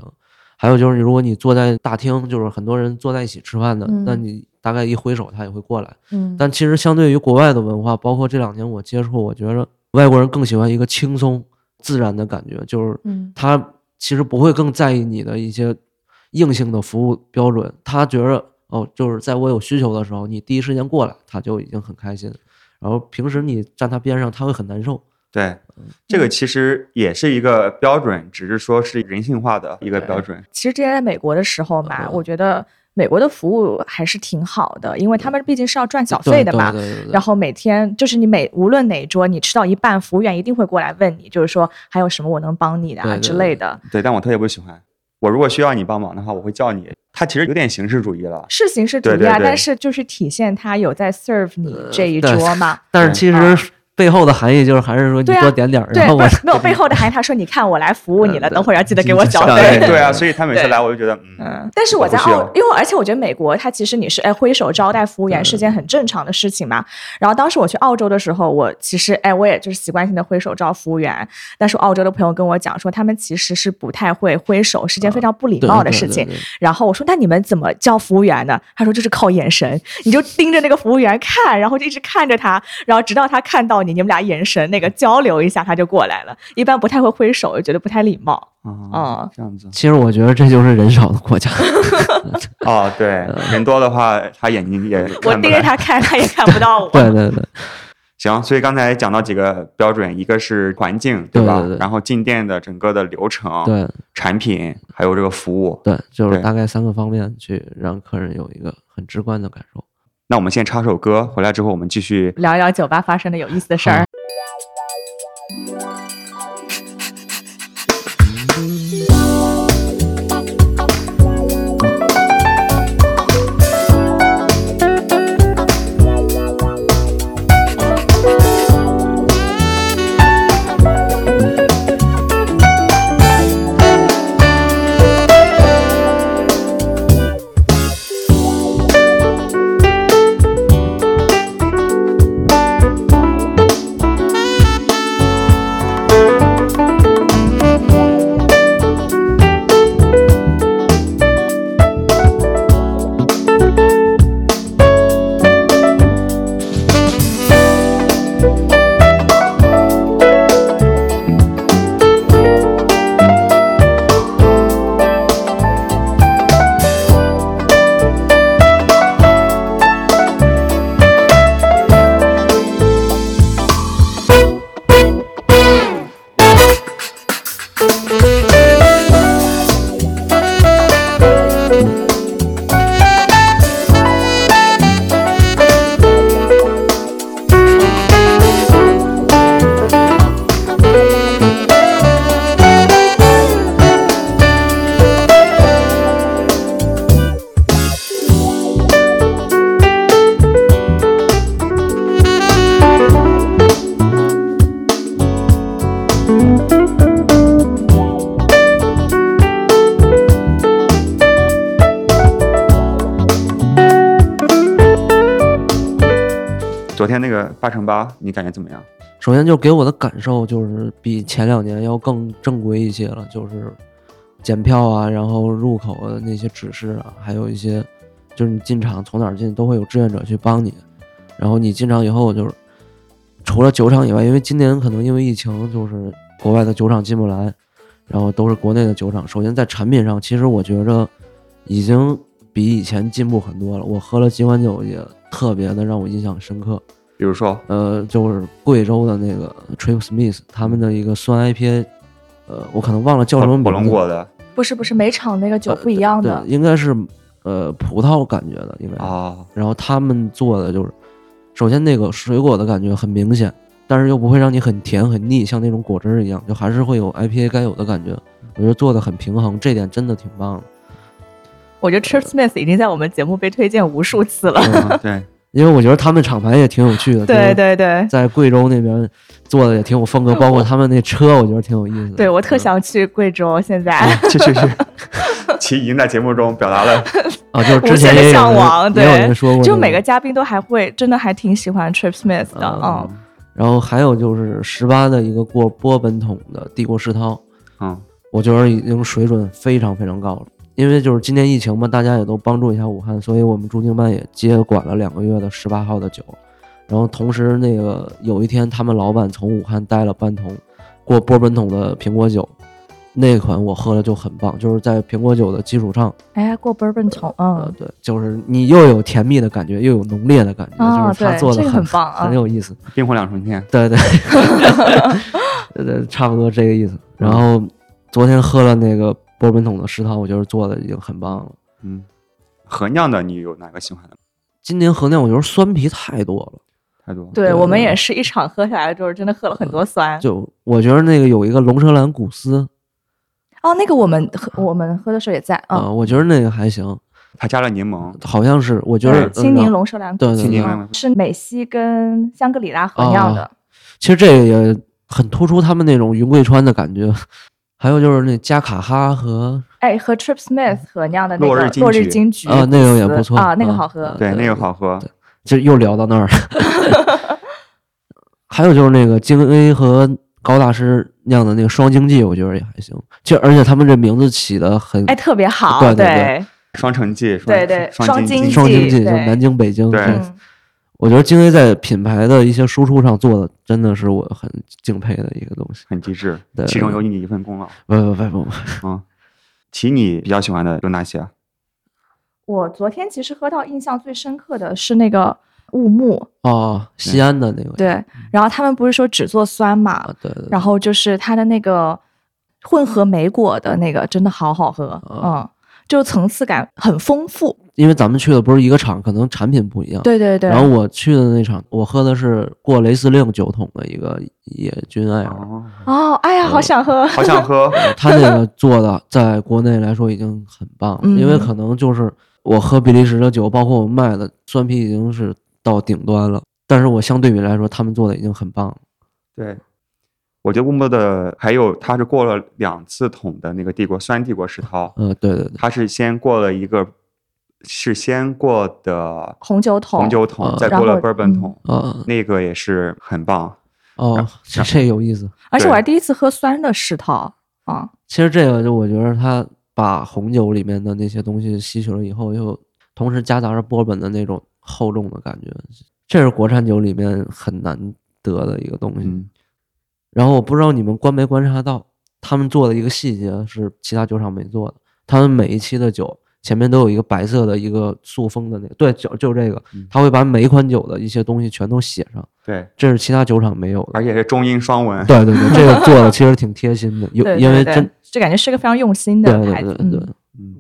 S4: 还有就是，如果你坐在大厅，就是很多人坐在一起吃饭的，那
S3: 嗯
S4: 你大概一挥手，他也会过来。
S3: 嗯
S4: 但其实相对于国外的文化，包括这两年我接触，我觉着外国人更喜欢一个轻松自然的感觉，就是
S3: 嗯
S4: 他其实不会更在意你的一些硬性的服务标准，他觉着哦，就是在我有需求的时候，你第一时间过来，他就已经很开心。然后平时你站他边上，他会很难受。
S2: 对，这个其实也是一个标准，只是说是人性化的一个标准。
S3: 其实之前在美国的时候嘛，
S4: 嗯
S3: 我觉得美国的服务还是挺好的，因为他们毕竟是要赚小
S4: 对
S3: 费的嘛。
S4: 对对对对
S3: 然后每天就是你每无论哪一桌你吃到一半，服务员一定会过来问你，就是说还有什么我能帮你的啊
S4: 对对
S3: 之类的。
S2: 对，但我特别不喜欢。我如果需要你帮忙的话，我会叫你。他其实有点形式主义 了。
S3: 是形式主
S2: 对
S3: 义
S2: 对
S3: 啊，
S2: 对
S3: 但是就是体现他有在 serve 你这一
S4: 呃对
S3: 桌 嘛。
S4: 但是其实背后的含义就是还是说你
S3: 对啊
S4: 多点点儿，
S3: 对，
S4: 然后
S3: 不
S4: 我
S3: 是没有背后的含义。他说：“你看，我来服务你了，
S4: 嗯
S3: 等会儿要记得给我
S4: 对
S3: 小
S4: 对
S3: 费。”
S2: 对啊，所以他每次来我就觉得，嗯，
S3: 嗯，但是我在
S2: 不需
S3: 澳
S2: 要，
S3: 因为而且我觉得美国它其实你是哎挥手招待服务员
S4: 嗯
S3: 是件很正常的事情嘛。然后当时我去澳洲的时候，我其实哎我也就是习惯性的挥手招服务员，但是澳洲的朋友跟我讲说，他们其实是不太会挥手，是件非常不礼
S4: 啊对
S3: 貌
S4: 对
S3: 的
S4: 对
S3: 事
S4: 对
S3: 情。
S4: 对
S3: 然后我说那你们怎么叫服务员呢？他说就是靠眼神，你就盯着那个服务员看，然后就一直看着他，然后直到他看到你，你们俩眼神那个交流一下，他就过来了。一般不太会挥手，我觉得不太礼貌。
S2: 啊，这样子
S4: 其实我觉得这就是人少的 国家。
S2: 哦，对，人多的话，他眼睛也
S3: 我
S2: 看不
S3: 盯着
S2: 来。
S3: 他看，他也看不到我。
S4: 对对对，
S2: 行，所以刚才讲到几个标准，一个是环境，
S4: 对
S2: 吧
S4: 对对？
S2: 然后进店的整个的流程、
S4: 对
S2: 产品，还有这个服务。
S4: 对，就是
S2: 对
S4: 大概三个方面去让客人有一个很直观的感受。
S2: 那我们先插首歌，回来之后我们继续
S3: 聊一聊酒吧发生的有意思的事
S4: 好
S3: 儿。
S2: 昨天那个八乘八，你感觉怎么样？
S4: 首先就给我的感受就是比前两年要更正规一些了，就是检票啊，然后入口的那些指示啊，还有一些就是你进场从哪儿进，都会有志愿者去帮你。然后你进场以后，就是除了酒厂以外，因为今年可能因为疫情，就是国外的酒厂进不来，然后都是国内的酒厂。首先在产品上，其实我觉着已经比以前进步很多了。我喝了几款酒也特别的让我印象深刻。
S2: 比如说，
S4: 呃，就是贵州的那个 Trip Smith 他们的一个
S3: 嗯
S4: 酸 IPA，呃，我可能忘了叫什么名字
S2: 火龙果的
S3: 不是不是，每场那个酒不一样的，
S4: 对，应该是呃葡萄感觉的，应该是。
S3: 啊
S2: 哦，
S4: 然后他们做的就是，首先那个水果的感觉很明显，但是又不会让你很甜很腻，像那种果汁儿一样，就还是会有 IPA 该有的感觉。我觉得做的很平衡，这点真的挺棒的。
S3: 我觉得 Trip Smith 已经在我们节目被推荐无数次了。
S4: 嗯
S2: 对，
S4: 因为我觉得他们厂牌也挺有趣的，
S3: 对，对对
S4: 在贵州那边做的也挺有风格，包括他们那车，我觉得挺有意思的。
S3: 对，我特
S4: 嗯
S3: 想去贵州，现在、
S2: 去去去，其实已经在节目中表达了
S4: 啊， 就是之
S3: 无
S4: 前
S3: 限地
S4: 也有
S3: 向往
S4: 人也有
S3: 对
S4: 人说过这个，
S3: 就每个嘉宾都还会真的还挺喜欢 Trip Smith 的，
S4: 啊
S3: 嗯，
S4: 然后还有就是十八的一个过波本桶的帝国世涛，
S2: 嗯，
S4: 我觉得已经水准非常非常高了。因为就是今年疫情嘛，大家也都帮助一下武汉，所以我们驻京办也接管了两个月的十八号的酒。然后同时那个有一天，他们老板从武汉带了半桶过波本桶的苹果酒，那款我喝了就很棒，就是在苹果酒的基础上，
S3: 哎，过 Bourbon 桶，
S4: 呃
S3: 嗯，，
S4: 对，就是你又有甜蜜的感觉，又有浓烈的感觉，
S3: 啊
S4: 就是他
S3: 对
S4: 做的
S3: 这个很棒啊
S4: 很有意思。
S2: 冰火两重天，
S4: 对对，对对，差不多这个意思。然后昨天喝了那个波本桶的食堂，我觉得做的已经很棒了。
S2: 嗯，合酿的你有哪个喜欢的？
S4: 今年和酿，我觉得酸啤太多了。
S2: 太多了，
S3: 对
S4: 对
S3: 我们
S4: 对
S3: 也是一场喝下来之后，真的喝了很多酸。
S4: 就我觉得那个有一个龙舌兰古斯
S3: 哦，那个我们喝我们喝的时候也在，
S4: 啊、
S3: 嗯，
S4: 我觉得那个还行，
S2: 他加了柠檬，
S4: 好像是我觉得
S3: 嗯青柠。
S4: 嗯
S3: 龙舌兰
S4: 对
S3: 谷
S4: 对
S3: 精
S4: 对
S3: 嗯是美西跟香格里拉合
S4: 哦
S3: 酿的，
S4: 其实这个也很突出他们那种云贵川的感觉。还有就是那加卡哈和
S3: 哎，和 Trip Smith 合酿的那
S2: 落
S3: 个
S2: 日金
S3: 落日
S2: 桔
S3: 金桔
S4: 啊那个也不错
S3: 啊，那个
S4: 啊
S3: 好喝。
S2: 对，
S4: 对
S2: 那个好喝，
S4: 就又聊到那儿 了。还有就是那个京 A 和高大师酿的那个双经济，我觉得也还行。就而且他们这名字起的很
S3: 哎，特别好，
S4: 对对
S3: 对
S2: 双城记，双
S3: 对对
S2: 双
S3: 双
S2: 金
S3: 金
S4: 双经
S3: 济
S4: 济，就
S3: 对
S4: 南京、北京。
S2: 对
S3: 嗯，
S4: 我觉得京 A 在品牌的一些输出上做的真的是我很敬佩的一个东西。
S2: 很机智
S4: 对，
S2: 其中有你一份功劳。
S4: 不不不不，
S2: 嗯，其你比较喜欢的有哪些啊？
S3: 我昨天其实喝到印象最深刻的是那个雾木，
S4: 哦，西安的那个
S3: 对，然后他们不是说只做酸嘛，
S4: 啊，对对对
S3: 然后就是它的那个混合莓果的那个真的好好喝，
S4: 啊
S3: 嗯，就层次感很丰富。
S4: 因为咱们去的不是一个厂，可能产品不一样。
S3: 对对对，
S4: 呃然后我去的那场，我喝的是过雷司令酒桶的一个野菌艾尔，
S2: 哦，
S3: 哦，哎呀，好想喝，
S2: 好想喝，
S4: 他那个做的在国内来说已经很棒了，
S3: 嗯
S4: 因为可能就是我喝比利时的酒，包括我卖的酸啤已经是到顶端了，但是我相对比来说，他们做的已经很棒了。
S2: 对。我觉得乌木的还有，它是过了两次桶的那个帝国酸帝国石涛，
S4: 呃，对对对，
S2: 它是先过了一个，是先过的
S3: 红酒桶，
S2: 红酒桶，
S4: 嗯
S2: 再过
S3: 然
S2: 了
S3: 后
S2: bourbon 桶，
S4: 啊
S2: 那个也是很棒。
S4: 哦，这这有意思。
S3: 而且
S2: 对
S3: 我还第一次喝酸的世涛啊，
S4: 其实这个就我觉得他把红酒里面的那些东西吸取了以后，又同时夹杂着波本的那种厚重的感觉，这是国产酒里面很难得的一个东西。
S2: 嗯，
S4: 然后我不知道你们观没观察到，他们做的一个细节是其他酒厂没做的。他们每一期的酒前面都有一个白色的一个塑封的那个，对，就就这个
S2: 嗯，
S4: 他会把每一款酒的一些东西全都写上，
S2: 对，
S4: 这是其他酒厂没有的。
S2: 而且是中英双文。
S4: 对对对，这个做的其实挺贴心的，有
S3: 对，
S4: 因为
S3: 对
S4: 真
S3: 这感觉是个非常用心
S4: 对
S3: 的
S4: 对
S3: 牌
S4: 对
S3: 子，
S4: 对
S3: 嗯
S2: 嗯，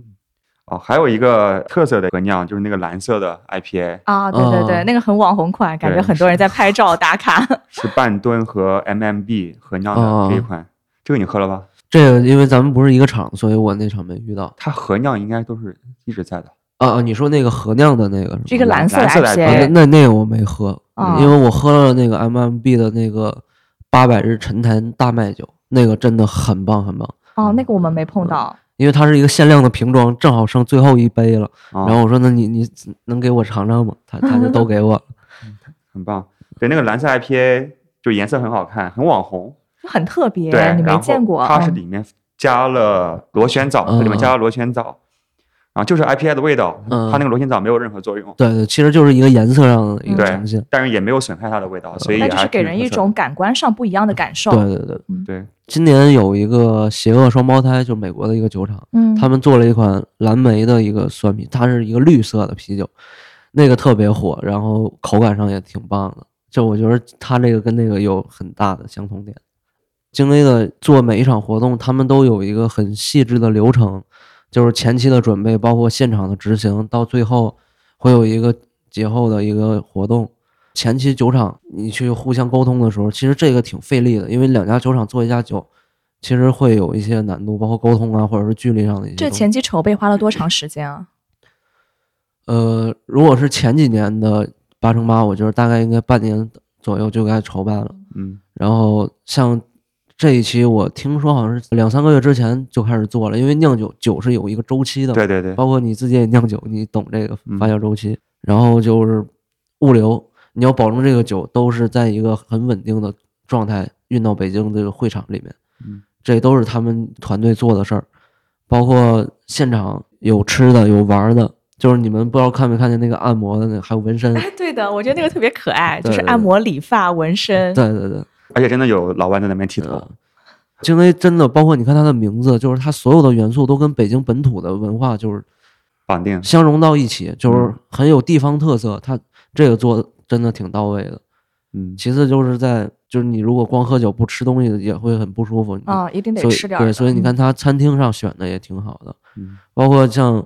S2: 哦，还有一个特色的和酿就是那个蓝色的 IPA，
S3: 啊，对对对，
S4: 哦
S3: 那个很网红款，感觉
S2: 对
S3: 很多人在拍照打卡。
S2: 是半吨和 MMB 合酿
S4: 哦
S2: 的这一款，这个你喝了吧？
S4: 这个因为咱们不是一个厂，所以我那场没遇到。
S2: 它合酿应该都是一直在的。
S4: 啊啊，你说那个河酿的那个是吗？
S3: 是一个蓝色
S2: 蓝色的
S4: 啊那
S3: IPA，
S4: 那那个我没喝，嗯
S3: 啊
S4: 因为我喝了那个 MMB 的那个八百日陈坛大麦酒，那个真的很棒很棒，
S3: 哦，那个我们没碰到，
S4: 因为它是一个限量的瓶装，正好剩最后一杯了。
S2: 然
S4: 然后我说：“那你你能给我尝尝吗？”他他就都给我了。
S2: 很棒，对，那个蓝色 IPA 就颜色很好看，很网红。
S3: 就很特别
S2: 对，，
S3: 你没
S2: 然后
S3: 见过。
S2: 它是
S3: 嗯
S2: 里面加了螺旋藻，它里面
S4: 嗯
S2: 加了螺旋藻，然后就是 IPA 的味道，
S4: 嗯
S2: 它那个螺旋藻没有任何作用，
S4: 对对，其实就是一个颜色上的一个
S2: 对
S4: 呈现。
S2: 但是也没有损害它的味道，所以
S3: 嗯那
S2: 也
S3: 就
S2: 还
S3: 是给
S2: 挺
S3: 人
S2: 不
S3: 一
S2: 错
S3: 种感官上不一样的感受。
S4: 对对对，
S2: 对
S4: 今年有一个邪恶双胞胎，就是美国的一个酒厂，
S3: 嗯，
S4: 他们做了一款蓝莓的一个酸啤，它是一个绿色的啤酒，那个特别火，然后口感上也挺棒的。就我觉得它这个跟那个有很大的相同点。京威的做每一场活动，他们都有一个很细致的流程，就是前期的准备，包括现场的执行，到最后会有一个节后的一个活动。前期酒厂你去互相沟通的时候，其实这个挺费力的，因为两家酒厂做一家酒，其实会有一些难度，包括沟通啊，或者是距离上的一些东西。
S3: 这前期筹备花了多长时间啊？
S4: 呃，如果是前几年的八乘八，我觉得大概应该半年左右就该筹办了。
S2: 嗯
S4: 然后像这一期，我听说好像是两三个月之前就开始做了，因为酿酒酒是有一个周期的，
S2: 对，对对，
S4: 包括你自己也酿酒，你懂这个
S2: 嗯
S4: 发酵周期。然后就是物流，你要保证这个酒都是在一个很稳定的状态运到北京这个会场里面，
S2: 嗯
S4: 这都是他们团队做的事儿。包括现场有吃的有玩儿的，就是你们不知道看没看见那个按摩的那个，还有纹身，
S3: 哎，对的，我觉得那个特别可爱，
S4: 对
S3: 就是
S4: 对
S3: 按
S4: 对
S3: 摩、理发、纹身。
S4: 对对对，
S2: 而且真的有老外在那边剃
S3: 嗯
S2: 头，
S4: 京 A 真的，包括你看它的名字，就是它所有的元素都跟北京本土的文化就是
S2: 绑定，
S4: 相融到一起，就是
S2: 嗯
S4: 很有地方特色。它这个做的真的挺到位的。
S2: 嗯，
S4: 其次就是在就是你如果光喝酒不吃东西也会很不舒服。你
S3: 啊、一定得
S4: 所以
S3: 吃点儿的。
S4: 对，所以你
S3: 嗯
S4: 看他餐厅上选的也挺好的，
S2: 嗯
S4: 包括像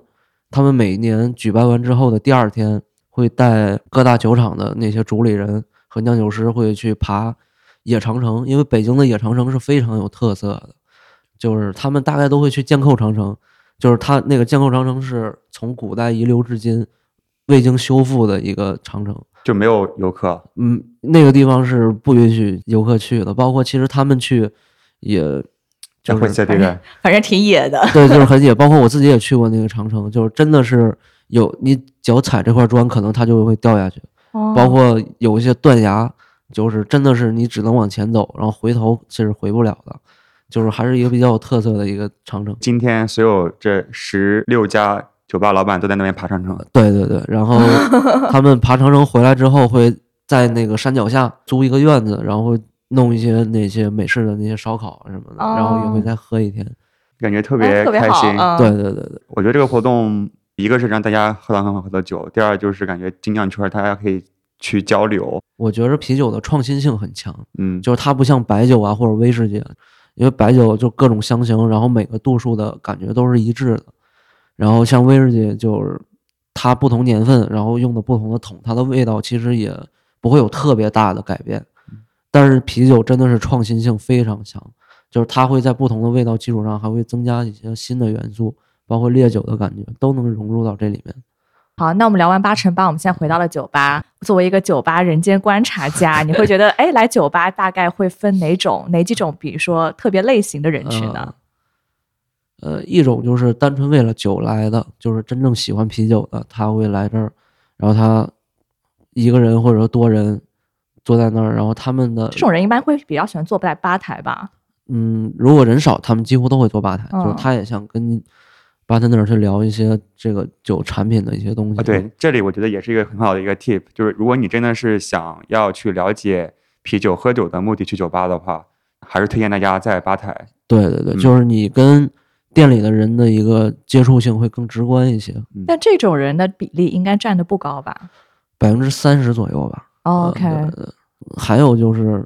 S4: 他们每一年举办完之后的第二天，会带各大酒厂的那些主理人和酿酒师会去爬野长城，因为北京的野长城是非常有特色的，就是他们大概都会去建构长城，就是它那个建构长城是从古代遗留至今未经修复的一个长城。
S2: 就没有游客，
S4: 嗯，那个地方是不允许游客去的，包括其实他们去也，
S2: 就
S4: 就是
S2: 会在这边，
S3: 反正挺野的。
S4: 对，就是很野。包括我自己也去过那个长城，就是真的是有你脚踩这块砖，可能它就会掉下去。包
S3: 包
S4: 括有一些断崖，就是真的是你只能往前走，然后回头是回不了的。就是还是一个比较有特色的一个长城。
S2: 今天所有这十六家酒吧老板都在那边爬长城，
S4: 对对对，然后他们爬长城回来之后，会在那个山脚下租一个院子，然后弄一些那些美式的那些烧烤什么的，然后也会
S3: 哦
S4: 再喝一天。
S2: 感觉特
S3: 哎
S2: 别
S3: 特别
S2: 开
S3: 好
S2: 心。
S3: 嗯
S4: 对对对对，
S2: 我觉得这个活动，一个是让大家喝到很好喝的酒，第二就是感觉精酿圈儿大家可以去交流，
S4: 我觉着啤酒的创新性很强，
S2: 嗯，
S4: 就是它不像白酒啊或者威士忌，因为白酒就各种香型，然后每个度数的感觉都是一致的。然后像威士忌就是它不同年份，然后用的不同的桶，它的味道其实也不会有特别大的改变。但是啤酒真的是创新性非常强，就是它会在不同的味道基础上还会增加一些新的元素，包括烈酒的感觉都能融入到这里面。
S3: 好，那我们聊完八乘八，我们现在回到了酒吧。作为一个酒吧人间观察家，你会觉得，哎，来酒吧大概会分哪种、哪几种，比如说特别类型的人群呢？
S4: 嗯呃。呃，一种就是单纯为了酒来的，就是真正喜欢啤酒的，他会来这儿，然后他一个人或者说多人坐在那儿，然后他们的
S3: 这种人一般会比较喜欢坐在吧台吧？
S4: 嗯，如果人少，他们几乎都会做吧台，就
S3: 嗯
S4: 是他也想跟 bartender 去聊一些这个酒产品的一些东西。
S2: 啊，对，这里我觉得也是一个很好的一个 tip，就是如果你真的是想要去了解啤酒喝酒的目的去酒吧的话，还是推荐大家在吧台。
S4: 对对对，
S2: 嗯
S4: 就是你跟店里的人的一个接触性会更直观一些，
S3: 但这种人的比例应该占的不高吧
S4: 百分之三十左右吧。
S3: ？OK，
S4: 呃还有就是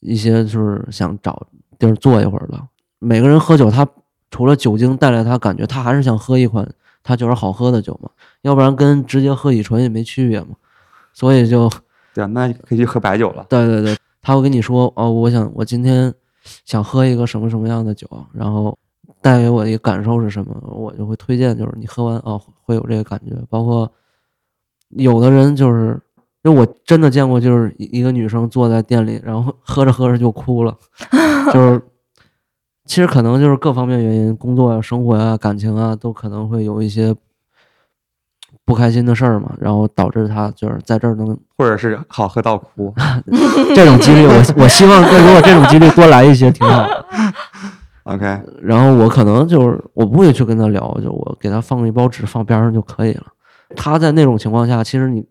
S4: 一些就是想找地儿坐一会儿的。每个人喝酒，他除了酒精带来他感觉，他还是想喝一款他觉得好喝的酒嘛，要不然跟直接喝乙醇也没区别嘛。所以就
S2: 对啊，那可以去喝白酒了。
S4: 对对对，他会跟你说哦，我想我今天想喝一个什么什么样的酒，然后带给我的一个感受是什么，我就会推荐，就是你喝完哦会有这个感觉。包括有的人就是，因为我真的见过，就是一一个女生坐在店里，然后喝着喝着就哭了，就是其实可能就是各方面原因，工作啊、生活啊、感情啊，都可能会有一些。不开心的事儿嘛，然后导致他就是在这儿能
S2: 或者是好喝到哭，
S4: 嗯这种几率我，我希望，如果这种几率多来一些，挺好的。
S2: OK，
S4: 然后我可能就是我不会去跟他聊，就我给他放一包纸放边上就可以了。他在那种情况下，其实你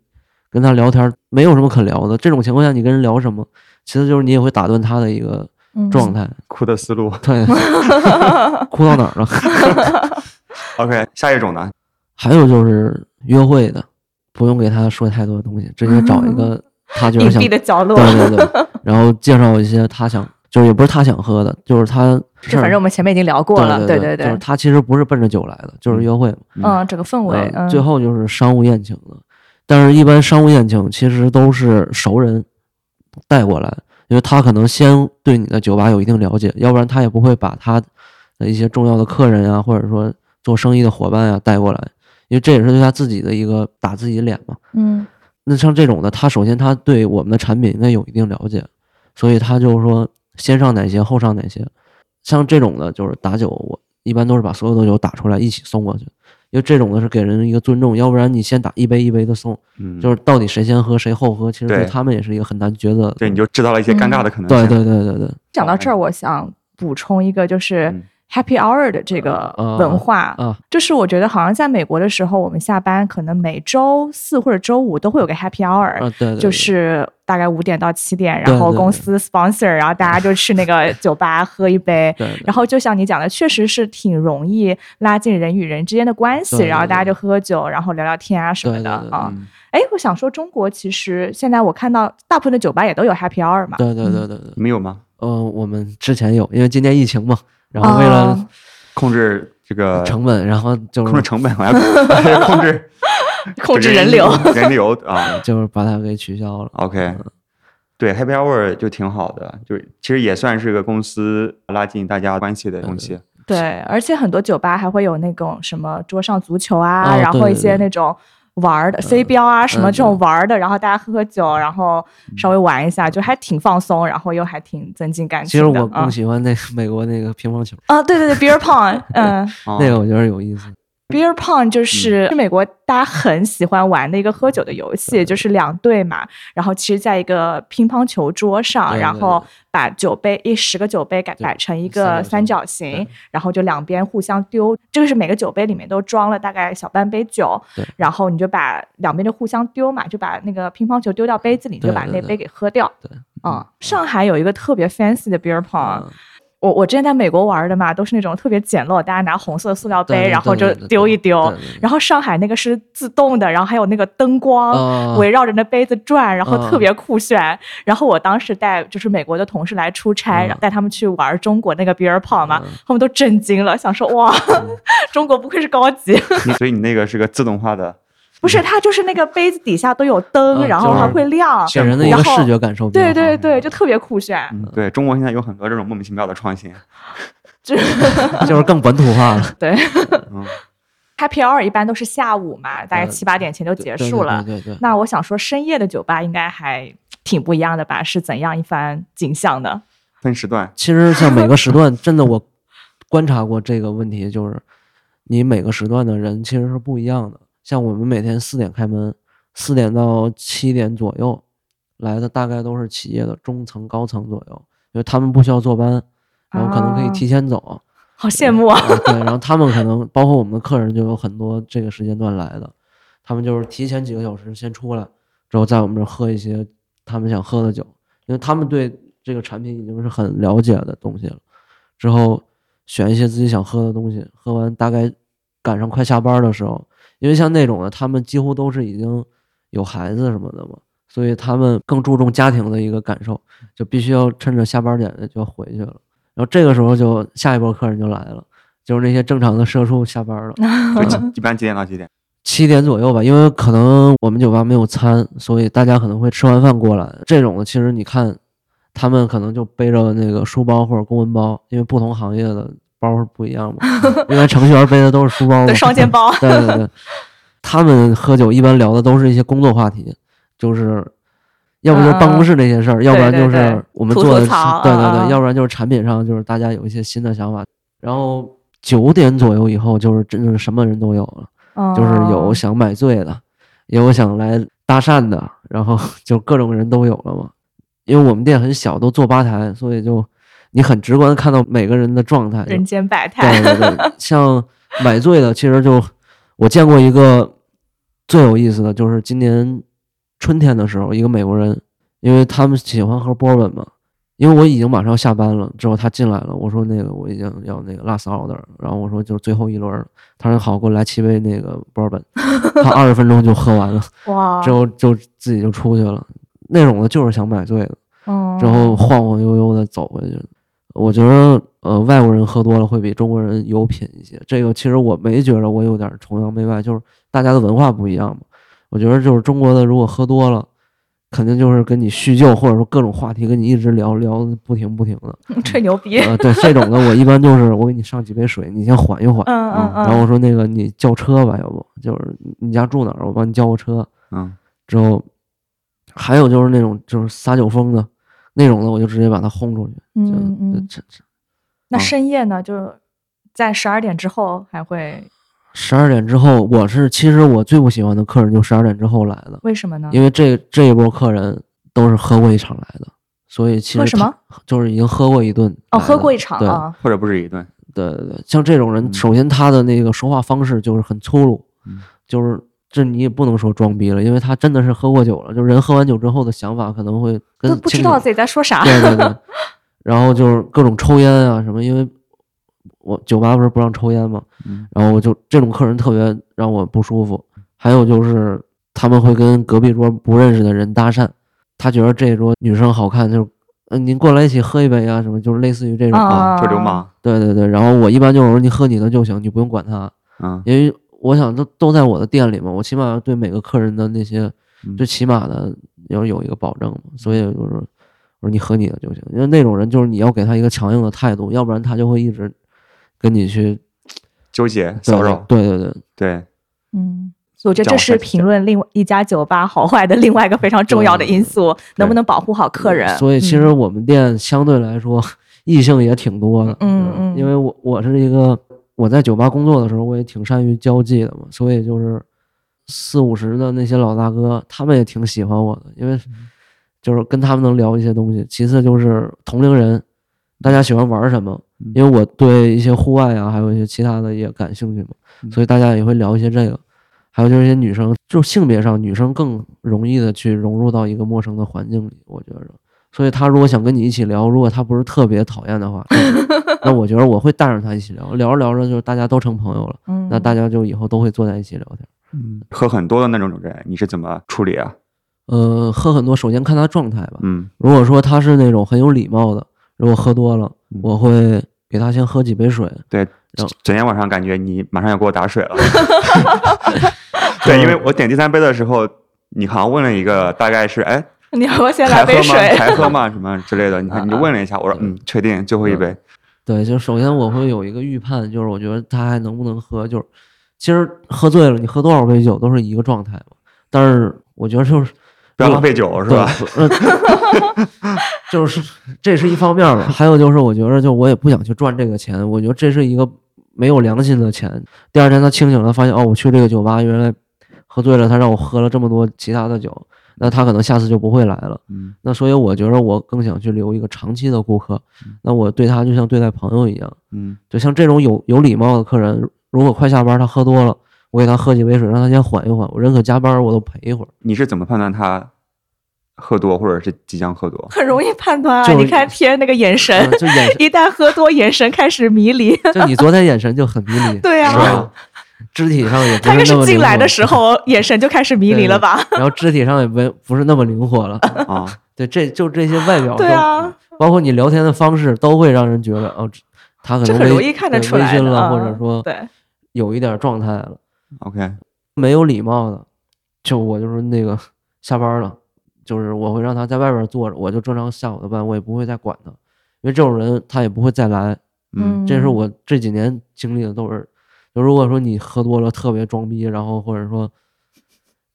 S4: 跟他聊天没有什么可聊的。这种情况下，你跟人聊什么？其实就是你也会打断他的一个
S3: 嗯
S4: 状态。
S2: 哭的思路。
S4: 对，哭到哪儿了？
S2: OK，下一种呢？
S4: 还有就是约会的，不用给他说太多东西，直接找一个他觉
S3: 嗯隐
S4: 得想
S3: 蔽的角落。
S4: 对对 对，然后介绍一些他想，就是也不是他想喝的，就是他
S3: 这反正我们前面已经聊过
S4: 对
S3: 了，
S4: 对
S3: 对
S4: 就是他其实不是奔着酒来的，就是约会嘛。
S3: 嗯，整个氛围，
S4: 呃
S3: 嗯
S4: 最后就是商务宴请了，但是一般商务宴请其实都是熟人带过来，因为他可能先对你的酒吧有一定了解，要不然他也不会把他的一些重要的客人啊，或者说做生意的伙伴啊带过来，因为这也是对他自己的一个打自己脸嘛。
S3: 嗯
S4: 那像这种的，他首先他对我们的产品应该有一定了解，所以他就是说先上哪些后上哪些。像这种的，就是打酒，我一般都是把所有的酒打出来一起送过去，因为这种的是给人一个尊重，要不然你先打一杯一杯的送，
S2: 嗯，
S4: 就是到底谁先喝谁后喝，其实对
S2: 对
S4: 他们也是一个很难抉择的。
S2: 对，你就制造了一些尴尬的可能性。
S4: 嗯对对对对对，
S3: 讲到这
S4: 哦
S3: 儿，我想补充一个，就是
S2: 嗯
S3: Happy Hour 的这个文化，
S4: 啊，
S3: 就是我觉得好像在美国的时候，我们下班可能每周四或者周五都会有个 Happy Hour，、
S4: 啊对对，对
S3: 就是大概五点到七点，
S4: 对
S3: 然后
S4: 对
S3: 公司 sponsor，然后大家就去那 个酒吧喝一杯。
S4: 对，对
S3: 然后就像你讲的，确实是挺容易拉近人与人之间的关系，
S4: 对对
S3: 然后大家就
S4: 对
S3: 喝喝酒，然后聊聊天啊什么
S4: 对
S3: 的
S4: 对对
S3: 啊。
S2: 嗯
S3: 哎，我想说，中国其实现在我看到大部分的酒吧也都有 Happy Hour 嘛。
S4: 对对对对对，
S2: 你们有吗？
S4: 呃，我们之前有，因为今年疫情嘛，然后为了
S3: 哦
S2: 控制这个
S4: 成本，然后就是
S2: 控制成本，我要控制
S3: 控制人流。
S2: 这个人流啊。
S4: 就是把它给取消了。
S2: OK，对，Happy Hour 就挺好的，就是其实也算是个公司拉近大家关系的东西。
S3: 对，而且很多酒吧还会有那种什么桌上足球啊，
S4: 哦
S3: 然
S4: 对
S3: 后
S4: 对
S3: 一些
S4: 对嗯
S3: 那种玩儿的 C 标啊，什么这种玩儿的，然后大家喝喝酒，然后
S4: 嗯
S3: 稍微玩一下，就还挺放松，然后又还挺增进感
S4: 其
S3: 情
S4: 实
S3: 的。
S4: 我
S3: 啊
S4: 更喜欢那个美国那个乒乓球，
S3: 啊，对对对，beer pong，嗯
S2: 啊
S4: 那个我觉得有意思。
S3: ，beer pong
S4: 嗯
S3: 就是是美国大家很喜欢玩的一个喝酒的游戏，
S4: 嗯
S3: 就是两队嘛，然后其实在一个乒乓球桌上，
S4: 对
S3: 然
S4: 对
S3: 后把酒杯一十个酒杯改
S4: 对
S3: 摆成一
S4: 三
S3: 个
S4: 角
S3: 三
S4: 形
S3: 角形
S4: 对，
S3: 然后就两边互相丢，这个是每个酒杯里面都装了大概小半杯酒
S4: 对，
S3: 然后你就把两边就互相丢嘛，就把那个乒乓球丢到杯子里，你就
S4: 对
S3: 把
S4: 对
S3: 那
S4: 对
S3: 杯给喝掉。
S4: 对
S3: 啊，上海有一个特别 fancy 的 beer pong，
S4: 嗯
S3: 我我之前在美国玩的嘛，都是那种特别简陋，大家拿红色的塑料
S4: 对
S3: 杯，
S4: 对
S3: 然后
S4: 对
S3: 就
S4: 对对
S3: 丢一丢
S4: 对对对。
S3: 然后上海那个是自动的，然后还有那个灯光
S4: 啊
S3: 围绕着那杯子转，然后
S4: 嗯
S3: 特别酷炫。然后我当时带就是美国的同事来出差，
S4: 嗯
S3: 然后带他们去玩中国那个 beer pong 嘛
S4: 嗯，
S3: 他们都震惊了，想说哇， 中国不愧是高 级。
S2: 你 所以你那个是个自动化的，
S3: 不是，它就是那个杯子底下都有灯，
S4: 嗯
S3: 然后
S4: 就是
S3: 还会亮。
S4: 给人的一
S3: 然
S4: 个
S3: 后
S4: 视觉感受比较
S3: 对
S4: 好。
S3: 对对，就特别酷炫。
S2: 嗯，对中国现在有很多这种莫名其妙的创新。
S4: 就是更本土化了，
S3: 对
S2: 嗯，
S3: Happy Hour 一般都是下午嘛，大概
S4: 嗯
S3: 七八点前就 结束了。
S4: 对对对对对。
S3: 那我想说，深夜的酒吧应该还挺不一样的吧？是怎样一番景象呢？
S2: 分时段，
S4: 其实像每个时 段，真的我观察过这个问题，就是你每个时段的人其实是不一样的。像我们每天四点开门，四点到七点左右来的大概都是企业的中层、高层左右，因为他们不需要坐班，然后可能可以
S3: 啊
S4: 提前走。
S3: 好羡慕啊！
S4: 啊，对，然后他们可能包括我们的客人就有很多这个时间段来的，他们就是提前几个小时先出来，之后在我们这儿喝一些他们想喝的酒，因为他们对这个产品已经是很了解的东西了。之后选一些自己想喝的东西，喝完大概赶上快下班的时候，因为像那种的，他们几乎都是已经有孩子什么的嘛，所以他们更注重家庭的一个感受，就必须要趁着下班点就要回去了。然后这个时候就下一波客人就来了，就是那些正常的社畜下班了，
S2: 就几一般几点到几点？
S4: 七点左右吧，因为可能我们酒吧没有餐，所以大家可能会吃完饭过来。这种的其实你看，他们可能就背着那个书包或者公文包，因为不同行业的包是不一样嘛。 因为程序员背的都是书包嘛，
S3: 对双肩包
S4: 对对 对，他们喝酒一般聊的都是一些工作话题，就是。要不就是办公室那些事儿，要不然就
S3: 嗯对对
S4: 是我们
S3: 吐
S4: 做的
S3: 吐
S4: 是，
S3: 槽
S4: 对
S3: 嗯
S4: 对
S3: 嗯
S4: 对，要不然就是产品上就是大家有一些新的想法。然后九点左右以后，就是真的是什么人都有了。就是有
S3: 嗯
S4: 想买醉的，也有想来搭讪的， 然后就各种人都有了嘛。因为我们店很小，都坐吧台，所以就你很直观的看到每个人的状态。
S3: 人间百态
S4: 对，对对，像买醉的，其实就我见过一个最有意思的，就是今年春天的时候，一个美国人，因为他们喜欢喝波本嘛，因为我已经马上要下班了，之后他进来了，我说那个我已经要那个 last order，然后我说就是最后一轮了，他说好，给我来七杯那个波本，他二十分钟就喝完了，
S3: 哇，
S4: 之后就自己就出去了，那种的就是想买醉的。
S3: 嗯
S4: 之后晃晃悠悠的走回去。我觉得，呃，外国人喝多了会比中国人有品一些。这个其实我没觉得我有点崇洋媚外，就是大家的文化不一样嘛。我觉得就是中国的，如果喝多了，肯定就是跟你叙旧，或者说各种话题跟你一直聊聊得不停不停的。
S3: 吹牛逼，
S4: 呃，对这种的，我一般就是我给你上几杯水，你先缓一缓。
S3: 嗯嗯嗯，
S4: 然后我说那个你叫车吧，要不就是你家住哪儿，我帮你叫个车。
S2: 嗯，
S4: 之后，还有就是那种就是撒酒疯的那种的，我就直接把他轰出去。就
S3: 嗯嗯，
S4: 这这
S3: 那
S4: 啊
S3: 深夜呢，就是在十二点之后还会
S4: 十二点之后，我是其实我最不喜欢的客人就十二点之后来的，
S3: 为什么呢？
S4: 因为这这一波客人都是喝过一场来的，所以其实
S3: 喝什
S4: 他
S3: 么
S4: 就是已经喝过一顿
S3: 哦，
S4: 来
S3: 喝
S4: 的
S3: 过一场
S4: 对
S3: 啊，
S2: 或者不止一顿，
S4: 对对对，像这种人，
S2: 嗯
S4: 首先他的那个说话方式就是很粗鲁，
S2: 嗯
S4: 就是这你也不能说装逼了，因为他真的是喝过酒了，就是人喝完酒之后的想法可能会跟
S3: 都不知
S4: 清
S3: 道
S4: 醒
S3: 自己在说啥，
S4: 对对对，然后就是各种抽烟啊什么，因为我酒吧不是不让抽烟嘛，
S2: 嗯
S4: 然后我就这种客人特别让我不舒服。还有就是他们会跟隔壁桌不认识的人搭讪，他觉得这桌女生好看，就是嗯您过来一起喝一杯啊什么，就是类似于这种啊。
S3: 啊
S2: 嗯就流氓，
S4: 对对对，然后我一般就是说你喝你的就行，你不用管他，
S2: 嗯
S4: 因为我想都都在我的店里嘛，我起码对每个客人的那些
S2: 嗯
S4: 最起码的要有一个保证嘛，所以就是我说你喝你的就行，因为那种人就是你要给他一个强硬的态度，要不然他就会一直跟你去
S2: 纠结
S4: 对
S2: 骚扰，
S4: 对对对，
S2: 对，
S3: 嗯，我觉得这
S2: 讲
S3: 是
S2: 我太
S3: 评论另外一家酒吧好坏的另外一个非常重要的因素，能不能保护好客
S2: 啊
S3: 人？
S4: 所以其
S2: 嗯
S4: 实我们店相对来说、 异性也挺多的，
S3: 嗯嗯
S4: 因为我我是一个我在酒吧工作的时候，我也挺善于交际的嘛，所以就是四五十的那些老大哥，他们也挺喜欢我的，因为就是跟他们能聊一些东西。其次就是同龄人，大家喜欢玩什么
S2: 嗯，
S4: 因为我对一些户外啊，还有一些其他的也感兴趣嘛，
S2: 嗯
S4: 所以大家也会聊一些这个。还有就是一些女生，就性别上，女生更容易的去融入到一个陌生的环境里，我觉着。所以她如果想跟你一起聊，如果她不是特别讨厌的话， 那那我觉得我会带着她一起聊，聊着聊着就是大家都成朋友了，
S3: 嗯，
S4: 那大家就以后都会坐在一起聊天。
S2: 嗯，喝很多的那种人，你是怎么处理啊？
S4: 呃，喝很多，首先看她状态吧。
S2: 嗯
S4: 如果说她是那种很有礼貌的，如果喝多了
S2: 嗯，
S4: 我会给她先喝几杯水，
S2: 对
S4: 然后，
S2: 昨天晚上感觉你马上要给我打水 了。对，因为我点第三杯的时候，你好像问了一个，大概是哎，
S3: 嗯你要不要先来
S2: 还喝
S3: 杯
S2: 吗？
S3: 水？
S2: 还喝吗？什么之 类的？你
S4: 啊
S2: 看，你就问了一下，我说嗯，确定，最后一杯。
S4: 对，就首先我会有一个预判，就是我觉得他还能不能喝，就是其实喝醉了，你喝多少杯酒都是一个状态嘛。但是我觉得就是
S2: 不要浪费酒，是吧？？
S4: 对不呃就是这是一方面吧，还有就是我觉得就我也不想去赚这个钱，我觉得这是一个没有良心的钱。第二天他清醒了，发现哦，我去这个酒吧原来喝醉了，他让我喝了这么多其他的酒，那他可能下次就不会来了。
S2: 嗯
S4: 那所以我觉得我更想去留一个长期的顾客，那我对他就像对待朋友一样，
S2: 嗯
S4: 就像这种有有礼貌的客人，如果快下班他喝多了，我给他喝几杯水，让他先缓一缓，我宁可加班我都陪一会儿。
S2: 你是怎么判断他喝多，或者是即将喝多？
S3: 很容易判断啊！
S4: 嗯就
S3: 你看 P N 那个眼神
S4: 嗯，就眼神，
S3: 一旦喝多，眼神开始迷离。
S4: 就你昨天眼神就很迷离，
S3: 对啊
S4: 是吧？肢体上也不
S3: 他应该
S4: 是
S3: 是
S4: 那么
S3: 进来的
S4: 候，
S3: 时候眼神就开始迷离了吧？
S4: 然后肢体上也不不是那么灵活了。
S2: 啊，
S4: 对，这就这些外表，
S3: 对啊，
S4: 包括你聊天的方式，都会让人觉得哦，这他可
S3: 这
S4: 能
S3: 很
S4: 微
S3: 容易看得
S4: 对
S3: 出来
S4: 微
S3: 的
S4: 醺了，
S3: 啊
S4: 或者说
S3: 对，
S4: 有一点状态了，
S2: OK，
S4: 没有礼貌的，就我就说那个下班了，就是我会让他在外边坐着，我就正常下午的班，我也不会再管他，因为这种人他也不会再来。
S2: 嗯
S4: 这是我这几年经历的都是，就如果说你喝多了特别装逼，然后或者说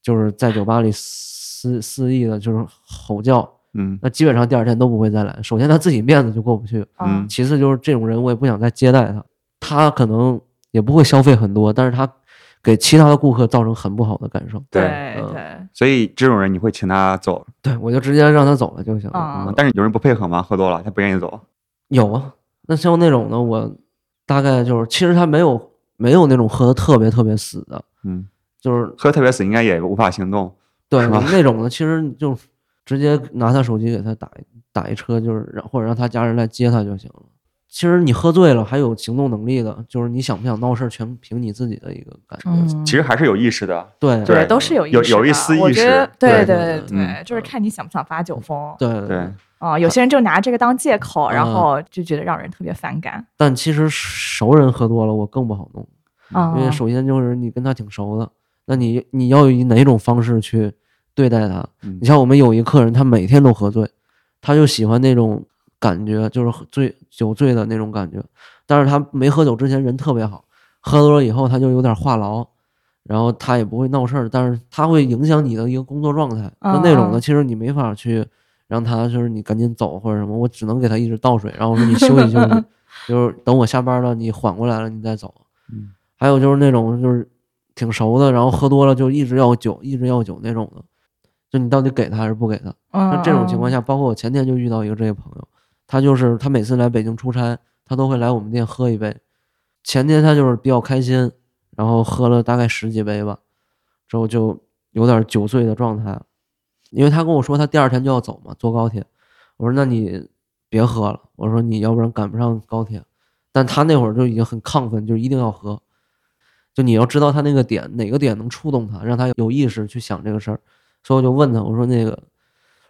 S4: 就是在酒吧里肆肆意的就是吼叫，
S2: 嗯
S4: 那基本上第二天都不会再来。首先他自己面子就过不去，
S3: 嗯
S2: 嗯
S4: 其次就是这种人我也不想再接待他，他可能也不会消费很多，但是他给其他的顾客造成很不好的感受。
S2: 对
S4: 嗯
S3: 对，
S2: 所以这种人你会请他走，
S4: 对我就直接让他走了就行
S3: 啊
S4: 了。嗯
S2: 哦但是有人不配合嘛，喝多了他不愿意走，
S4: 有啊，那像那种的，我大概就是，其实他没有没有那种喝的特别特别死的，
S2: 嗯，
S4: 就是
S2: 喝得特别死应该也无法行动，
S4: 对
S2: 是吧
S4: 那种的，其实你就直接拿他手机给他打一打一车，就是让或者让他家人来接他就行了。其实你喝醉了，还有行动能力的，就是你想不想闹事儿，全凭你自己的一个感觉。
S3: 嗯，
S2: 其实还是有意识的。
S4: 对
S3: 对，
S2: 对
S3: 都是有意
S2: 有
S3: 识
S2: 有
S3: 的
S2: 一丝
S3: 我
S2: 意
S3: 觉
S2: 识
S3: 得
S4: 对
S3: 对
S4: 对
S3: 对
S2: 对
S3: 对，就是看你想不想发酒疯。
S4: 嗯对
S2: 对，
S3: 啊，有些人就拿这个当借口，然
S4: 嗯
S3: 后就觉得让人特别反感。
S4: 但其实熟人喝多了，我更不好弄，
S3: 啊，
S4: 嗯因为首先就是你跟他挺熟的，那你你要以哪种方式去对待他？
S2: 嗯
S4: 你像我们有一客人，他每天都喝醉，他就喜欢那种感觉，就是喝醉酒醉的那种感觉。但是他没喝酒之前人特别好，喝多了以后他就有点话痨，然后他也不会闹事儿，但是他会影响你的一个工作状态。那那种
S3: 嗯
S4: 的，
S3: 嗯
S4: 其实你没法去让他就是你赶紧走或者什么，我只能给他一直倒水，然后我说你休息休息，就是等我下班了，你缓过来了你再走。
S2: 嗯
S4: 还有就是那种就是挺熟的，然后喝多了就一直要酒，一直要酒那种的，就你到底给他还是不给他？像
S3: 像
S4: 这种情况，下，包括我前天就遇到一个这个朋友，他就是他每次来北京出差，他都会来我们店喝一杯。前天他就是比较开心，然后喝了大概十几杯吧，之后就有点酒醉的状态，因为他跟我说他第二天就要走嘛，坐高铁。我说那你别喝了，我说你要不然赶不上高铁。但他那会儿就已经很亢奋，就一定要喝。就你要知道他那个点哪个点能触动他，让他有意识去想这个事儿。所以我就问他，我说那个，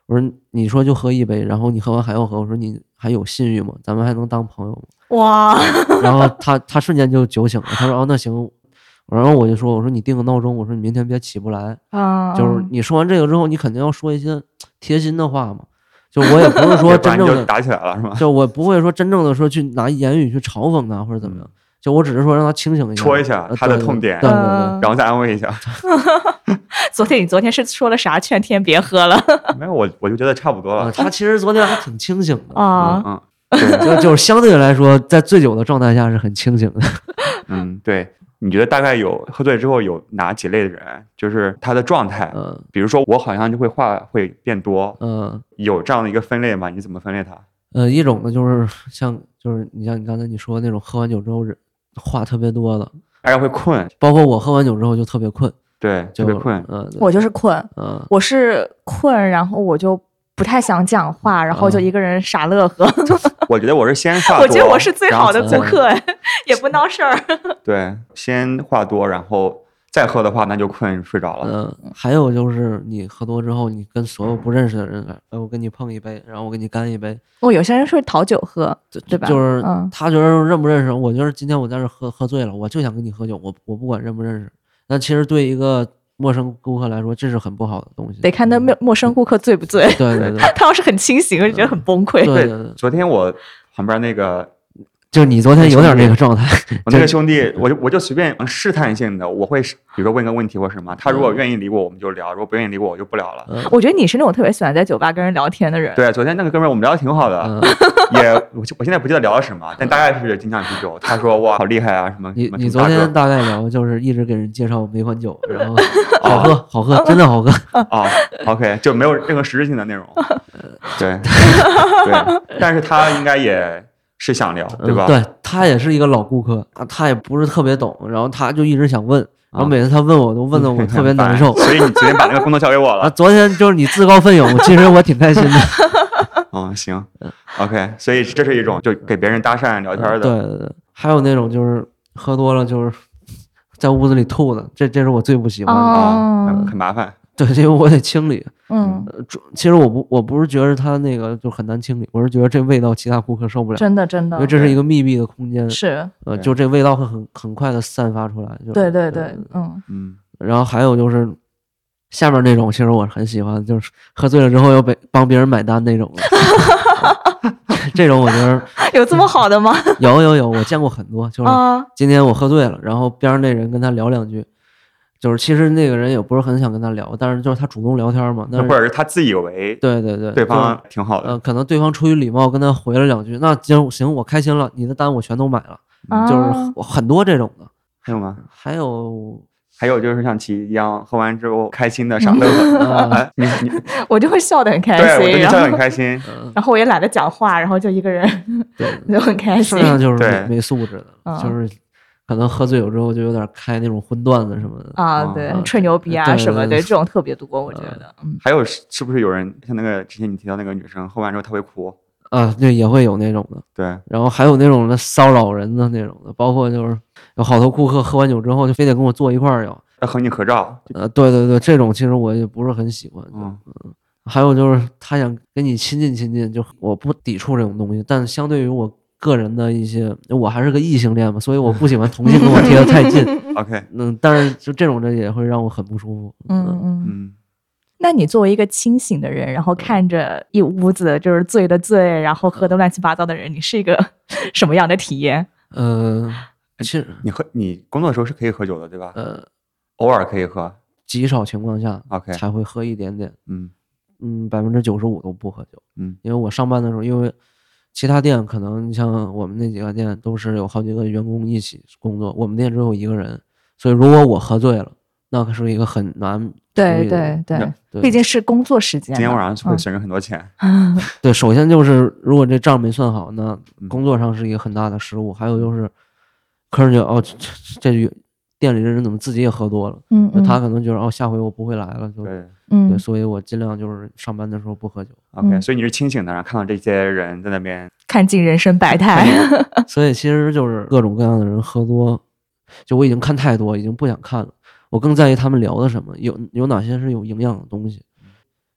S4: 我说你说就喝一杯，然后你喝完还要喝，我说你还有信誉吗？咱们还能当朋友吗？
S3: 哇，
S4: 然后他他瞬间就酒醒了，他说哦那行，然后我就说我说你定个闹钟，我说你明天别起不来，
S3: 啊，
S4: 就是你说完这个之后，你肯定要说一些贴心的话嘛。就我也不 是说
S2: 要不
S4: 真
S2: 然
S4: 正
S2: 就
S4: 的
S2: 打起来了是吗？
S4: 就我不会说真正的说去拿言语去嘲讽他或者怎么样，就我只是说让他清醒一
S2: 嗯
S4: 下，
S2: 戳一下
S4: 呃
S2: 他的
S4: 对
S2: 痛点
S4: 对对对
S3: 嗯
S2: 然后再安慰一下。
S3: 昨天你昨天是说了啥？劝天别喝了
S2: 没有，我我就觉得差不多
S4: 啊
S2: 了。
S4: 他其实昨天还挺清醒的，
S3: 啊
S2: 嗯，嗯，对，
S4: 就就是相对来说，在醉酒的状态下是很 清醒的。
S2: 嗯对。你觉得大概有喝醉之后有哪几类的人？就是他的状态，
S4: 嗯
S2: 比如说我好像就会话会变多，
S4: 嗯
S2: 有这样的一个分类吗？你怎么分类它？
S4: 呃，一种呢就是像就是你像你刚才你说的那种喝完酒之后人话特别多的，
S2: 还有会困，
S4: 包括我喝完酒之后就特别困，
S2: 对，
S4: 就
S2: 特别困，
S4: 嗯对
S3: 我就是困，
S4: 嗯
S3: 我是困，然后我就不太想讲话，然后就一个人傻乐呵。
S2: 我觉得我是先话多，
S3: 我觉得我是最好的
S2: 然后
S3: 顾客，哎 也不闹事儿。
S2: 对，先话多，然后再喝的话，那就困睡着了。
S4: 嗯，还有就是你喝多之后，你跟所有不认识的人来，哎，我跟你碰一杯，然后我跟你干一杯，
S3: 我有些人是讨酒喝，对吧？
S4: 就是
S3: 嗯
S4: 他觉得认不认识，我觉得今天我在这喝喝醉了，我就想跟你喝酒，我我不管认不认识。那其实对一个陌生顾客来说，这是很不好的东西。
S3: 得看那陌陌生顾客醉不醉。
S4: 对对对
S3: 他要是很清醒，我就觉得很崩溃。
S4: 对对对，
S2: 昨天我旁边那个
S4: 就你昨天有点那个状态，
S2: 我那个兄弟，我就我就随便嗯试探性的，我会比如说问个问题或什么，他如果愿意理我，我们就聊；如果不愿意理我，我就不聊了。
S4: 嗯
S3: 我觉得你是那种特别喜欢在酒吧跟人聊天的人。
S2: 对，昨天那个哥们儿我们聊的挺好的，
S4: 嗯，
S2: 也我就我现在不记得聊了什么，但大概是经常啤酒。他说哇好厉害啊什么
S4: 你
S2: 什么
S4: 你
S2: 什么大
S4: 昨
S2: 哥哦
S4: 天大概聊就是一直给人介绍每款酒，然后好喝好喝，真的好喝。
S2: 啊、o k 就没有任何实质性的内 容。对对，但是他应该也是想聊， 对吧？
S4: 嗯 对他也是一个老顾客，啊他也不是特别懂，然后他就一直想问，然后
S2: 啊
S4: 每次他问我都问的我特别难受
S2: 很。烦所以你昨天把那个工作交给我
S4: 啊，
S2: 了。
S4: 昨天就是你自告奋勇，其实我挺开心的。
S2: 嗯，行，OK，所以这是一种就给别人搭讪聊天的，
S4: 嗯对对对，还有那种就是喝多了就是在屋子里吐的，这这是我最不喜欢的。
S2: 啊，很
S3: 哦
S2: 很麻烦。
S4: 对，因为我得清理。
S3: 嗯，
S4: 呃主其实我不我不是觉得它那个就很难清理，我是觉得这味道其他顾客受不了，
S3: 真的真
S4: 因
S3: 的
S4: 为这是一个密闭的空间，
S3: 是，
S4: 呃，
S2: 对
S4: 就这味道会很很快的散发出来。就是
S3: 对对对，嗯，
S2: 嗯，
S4: 然后还有就是下面那种，其实我很喜欢，就是喝醉了之后要被帮别人买单那种的。 这种我觉得
S3: 有这么好的吗？
S4: 有有有，我见过很多，就是
S3: 啊，
S4: 今天我喝醉了，然后边上那人跟他聊两句，就是其实那个人也不是很想跟他聊，但是就是他主动聊天嘛，那
S2: 或者是他自以为
S4: 对对对，
S2: 对
S4: 就
S2: 方挺好
S4: 呃
S2: 的，
S4: 可能对方出于礼貌跟他回了两句，那行行我开心
S3: 哦
S4: 嗯了，你的单我全都买了，就是
S3: 啊
S4: 我很多这种的，
S2: 还有吗？
S4: 还有
S2: 还有就是像奇一样，喝完之后开心的傻乐呵，
S4: 嗯
S2: 哎，你你
S3: 我就会笑得很开
S2: 对我
S3: 心，
S2: 对你
S3: 然
S2: 笑得很
S3: 后
S2: 开心，
S4: 嗯，
S3: 然后我也懒得讲话，然后就一个人
S4: 对，
S3: 就很开心
S4: 剩。下就是啊
S2: 对
S4: 没没素质
S3: 嗯
S4: 的，就是可能喝醉酒之后就有点开那种荤段子什么的。
S3: 啊，
S2: 嗯
S3: 对
S4: 嗯，
S3: 吹牛逼啊
S4: 对
S3: 什么的，
S4: 对
S3: 这种特别多，我觉得，嗯，
S2: 还有是是不是有人像那个之前你提到那个女生喝完之后她会哭？
S4: 啊，对，也会有那种的。
S2: 对，
S4: 然后还有那种的骚扰人的那种的，包括就是有好多顾客喝完酒之后就非得跟我坐一块儿要。
S2: 要和你合照，
S4: 呃，对对对，这种其实我也不是很喜欢。
S2: 嗯，
S4: 还有就是他想跟你亲近亲近，就我不抵触这种东西，但相对于我个人的一些，我还是个异性恋嘛，所以我不喜欢同性跟我贴的太近。
S2: OK，
S4: 嗯，但是就这种的也会让我很不舒服。
S3: 嗯嗯，
S2: 嗯，
S3: 那你作为一个清醒的人，然
S4: 嗯
S3: 后看着一屋子就是醉的醉，然后喝的乱七八糟的人，你是一个 什么样的体验？
S4: 嗯，呃，其实
S2: 你喝你工作的时候是可以喝酒的，对吧？
S4: 呃，
S2: 偶尔可以喝
S4: 极少情况下
S2: ，OK，
S4: 才会喝一点点。
S2: 嗯
S4: 嗯，百分之九十五都不喝酒。
S2: 嗯
S4: 因为我上班的时候，因为其他店可能你像我们那几个店都是有好几个员工一起工作，我们店只有一个人，所以如果我喝醉了，那可是一个很难处
S3: 对
S4: 理的
S3: 对对，
S4: 对，
S3: 毕竟是工作时间嘛。
S2: 今天晚上会
S3: 嗯
S2: 损人很多钱，
S4: 对，首先就是如果这账没算好，那
S2: 嗯
S4: 工作上是一个很大的失误。还有就是，客人觉得哦，这这这店里的人怎么自己也喝多了，
S3: 嗯
S4: 就
S3: 嗯，
S4: 他可能觉得哦，下回我不会来了，就
S2: 对
S3: 嗯
S4: 对，所以我尽量就是上班的时候不喝酒。
S2: ，OK，
S3: 嗯
S2: 所以你是清醒的，然后看到这些人在那边，
S3: 看尽人生
S4: 哎
S3: 百态。 啊
S4: 所以其实就是各种各样的人喝多，就我已经看太多，已经不想看了。我更在意他们聊的什么，有有哪些是有营养的东西。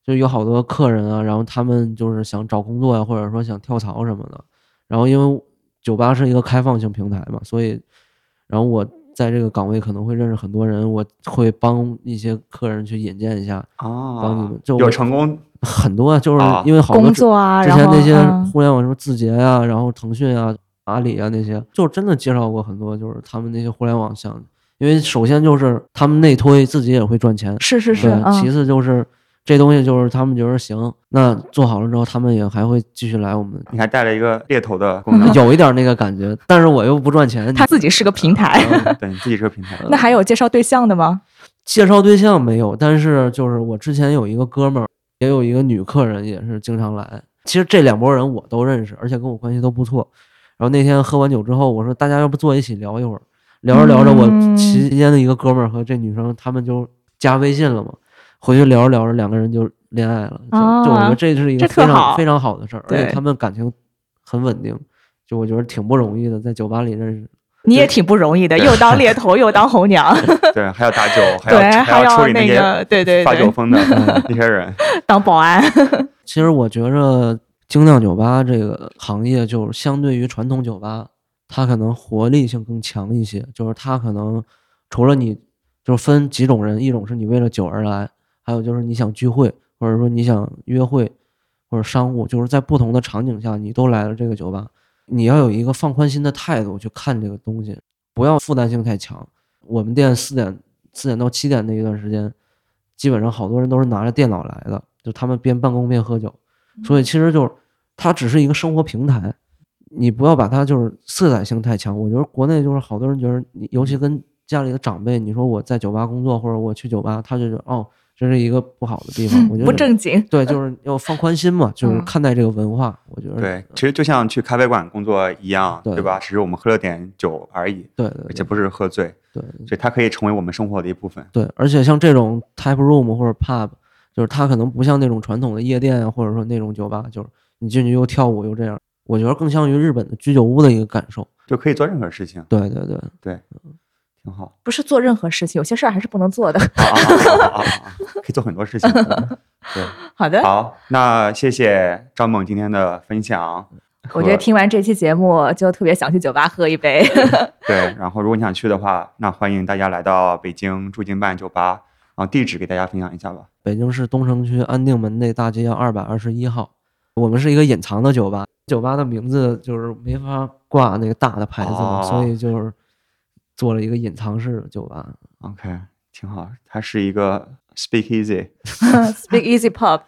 S4: 就有好多客人啊，然后他们就是想找工作呀、或者说想跳槽什么的。然后因为酒吧是一个开放性平台嘛，所以，然后我在这个岗位可能会认识很多人，我会帮一些客人去引荐一下，帮你
S2: 哦
S4: 们，就
S2: 有
S4: 我
S2: 成功，
S4: 很多啊，就是
S2: 啊
S4: 因为好多
S3: 工
S4: 之
S3: 作啊，
S4: 之
S3: 然
S4: 前
S3: 后
S4: 那些
S3: 嗯
S4: 互联网什么字节啊，然后腾讯啊、阿里啊那些，就真的介绍过很多，就是他们那些互联网项目。因为首先就是他们内推，自己也会赚钱，
S3: 是是是，
S4: 对。其
S3: 嗯
S4: 次就是这东西就是他们觉得行，那做好了之后，他们也还会继续来我 们，
S2: 你还带了一个猎头的
S4: ，
S2: 功能
S4: 有一点那个感觉。但是我又不赚钱，
S3: 他自己是个平台。
S2: 嗯对你自己是个平
S4: 嗯
S2: 台，
S3: 那还有介绍对象的吗？
S4: 介绍对象没有，但是就是我之前有一个哥们儿，也有一个女客人，也是经常来。其实这两拨人我都认识，而且跟我关系都不错。然后那天喝完酒之后，我说大家要不坐一起聊一会儿，聊着聊着，我
S3: 嗯
S4: 期间的一个哥们儿和这女生他们就加微信了嘛。回去聊着聊着，两个人就恋爱了。就就我觉
S3: 啊
S4: 得这是一
S3: 这
S4: 个
S3: 特
S4: 非常
S3: 好
S4: 非常好的事儿，而且
S3: 对
S4: 他们感情很稳定，就我觉得挺不容易的，在酒吧里认识。
S3: 你也挺不容易的，又当猎头又当红娘，
S2: 对，还要打酒，还
S3: 对，
S2: 要还
S3: 要
S2: 处理
S3: 那
S2: 些
S3: 个，对对
S2: 发酒
S3: 对，
S2: 疯的那些人，
S3: 当保安。
S4: 其实我觉着精酿酒吧这个行业，就是相对于传统酒吧，它可能活力性更强一些。就是它可能除了你，就是分几种人，一种是你为了酒而来，还有就是你想聚会，或者说你想约会，或者商务，就是在不同的场景下，你都来了这个酒吧，你要有一个放宽心的态度去看这个东西，不要负担性太强。我们店四点四点到七点那一段时间，基本上好多人都是拿着电脑来的，就他们边办公边喝酒，
S3: 嗯
S4: 所以其实就是它只是一个生活平台，你不要把它就是色彩性太强。我觉得国内就是好多人觉得你，尤其跟家里的长辈，你说我在酒吧工作或者我去酒吧，他就觉得哦，这是一个不好的地方。我觉得
S3: 不正经。
S4: 对，就是要放宽心嘛，就是
S3: 嗯
S4: 看待这个文化。我觉得
S2: 对，其实就像去咖啡馆工作一样，
S4: 对
S2: 对吧？只是我们喝了点酒而已，
S4: 对对
S2: 而且
S4: 对嗯
S2: 不是喝醉，
S4: 对
S2: 所以它可以成为我们生活的一部分。
S4: 对，而且像这种 tap room 或者 pub，就是它可能不像那种传统的夜店啊，或者说那种酒吧，就是你进去又跳舞又这样。我觉得更像于日本的居酒屋的一个感受。
S2: 就可以做任何事情，
S4: 对对对，
S2: 挺 好。
S3: 不是做任何事情，有些事儿还是不能做的。
S2: 啊啊啊啊啊啊！可以做很多事情。
S3: 好的，
S2: 好，那谢谢张猛今天的分 享。
S3: 我觉得听完这期节目就特别想去酒吧喝一杯。
S2: 对。然后，如果你想去的话，那欢迎大家来到北京驻京办酒吧。然后地址给大家分享一下吧。
S4: 北京市东城区安定门内大街二百二十一号，我们是一个隐藏的酒吧，酒吧的名字就是没法挂那个大的牌子嘛，
S2: 哦
S4: 所以就是做了一个隐藏式的酒吧。
S2: OK，挺好。它是一个 Speak Easy。
S3: Speak Easy Pub，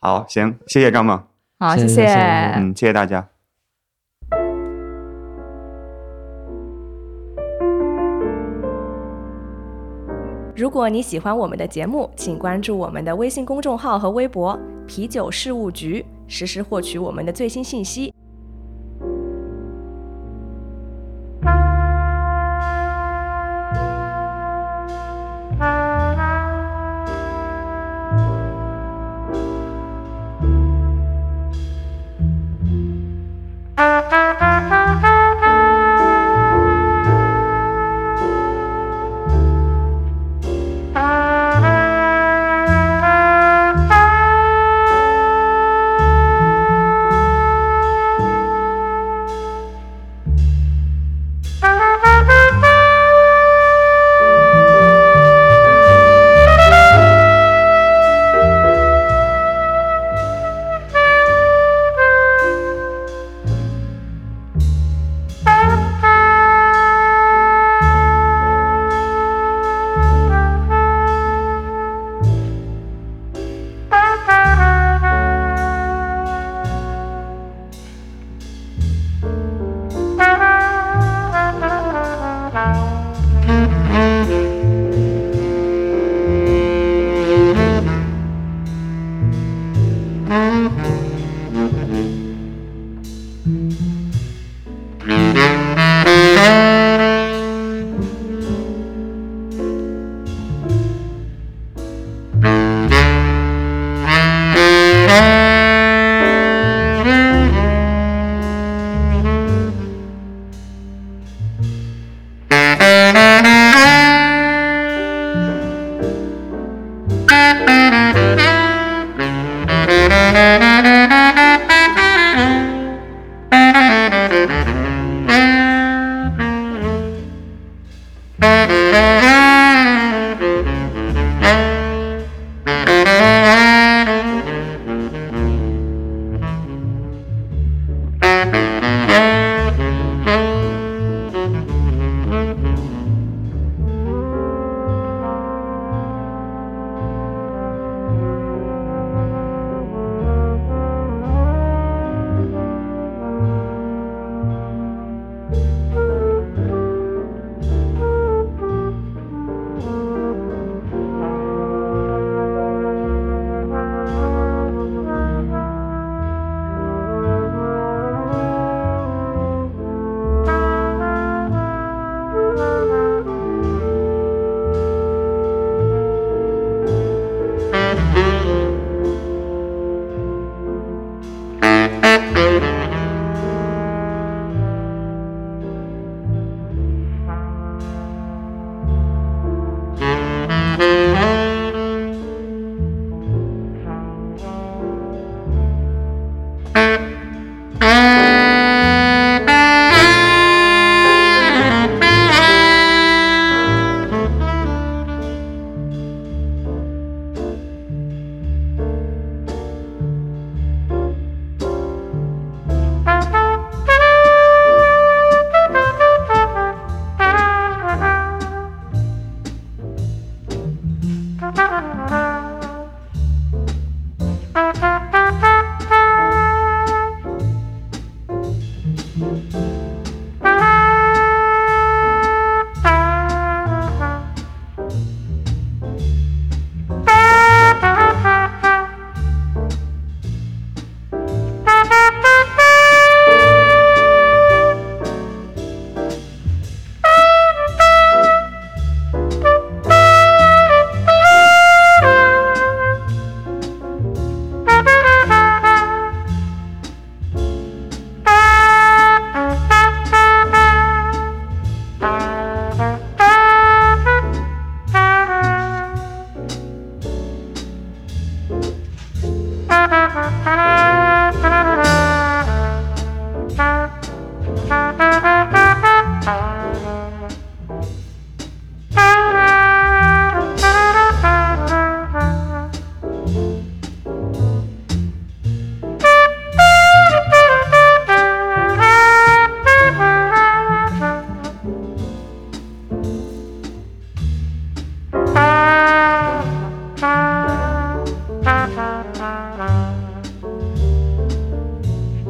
S2: 好，行，谢谢张猛，
S3: 好，
S4: 谢
S3: 谢
S4: 谢谢
S3: 哎
S4: 谢
S2: 嗯，谢谢大家。
S3: 如果你喜欢我们的节目，请关注我们的微信公众号和微博“啤酒事务局”，实时获取我们的最新信息。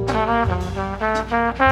S1: Thank you.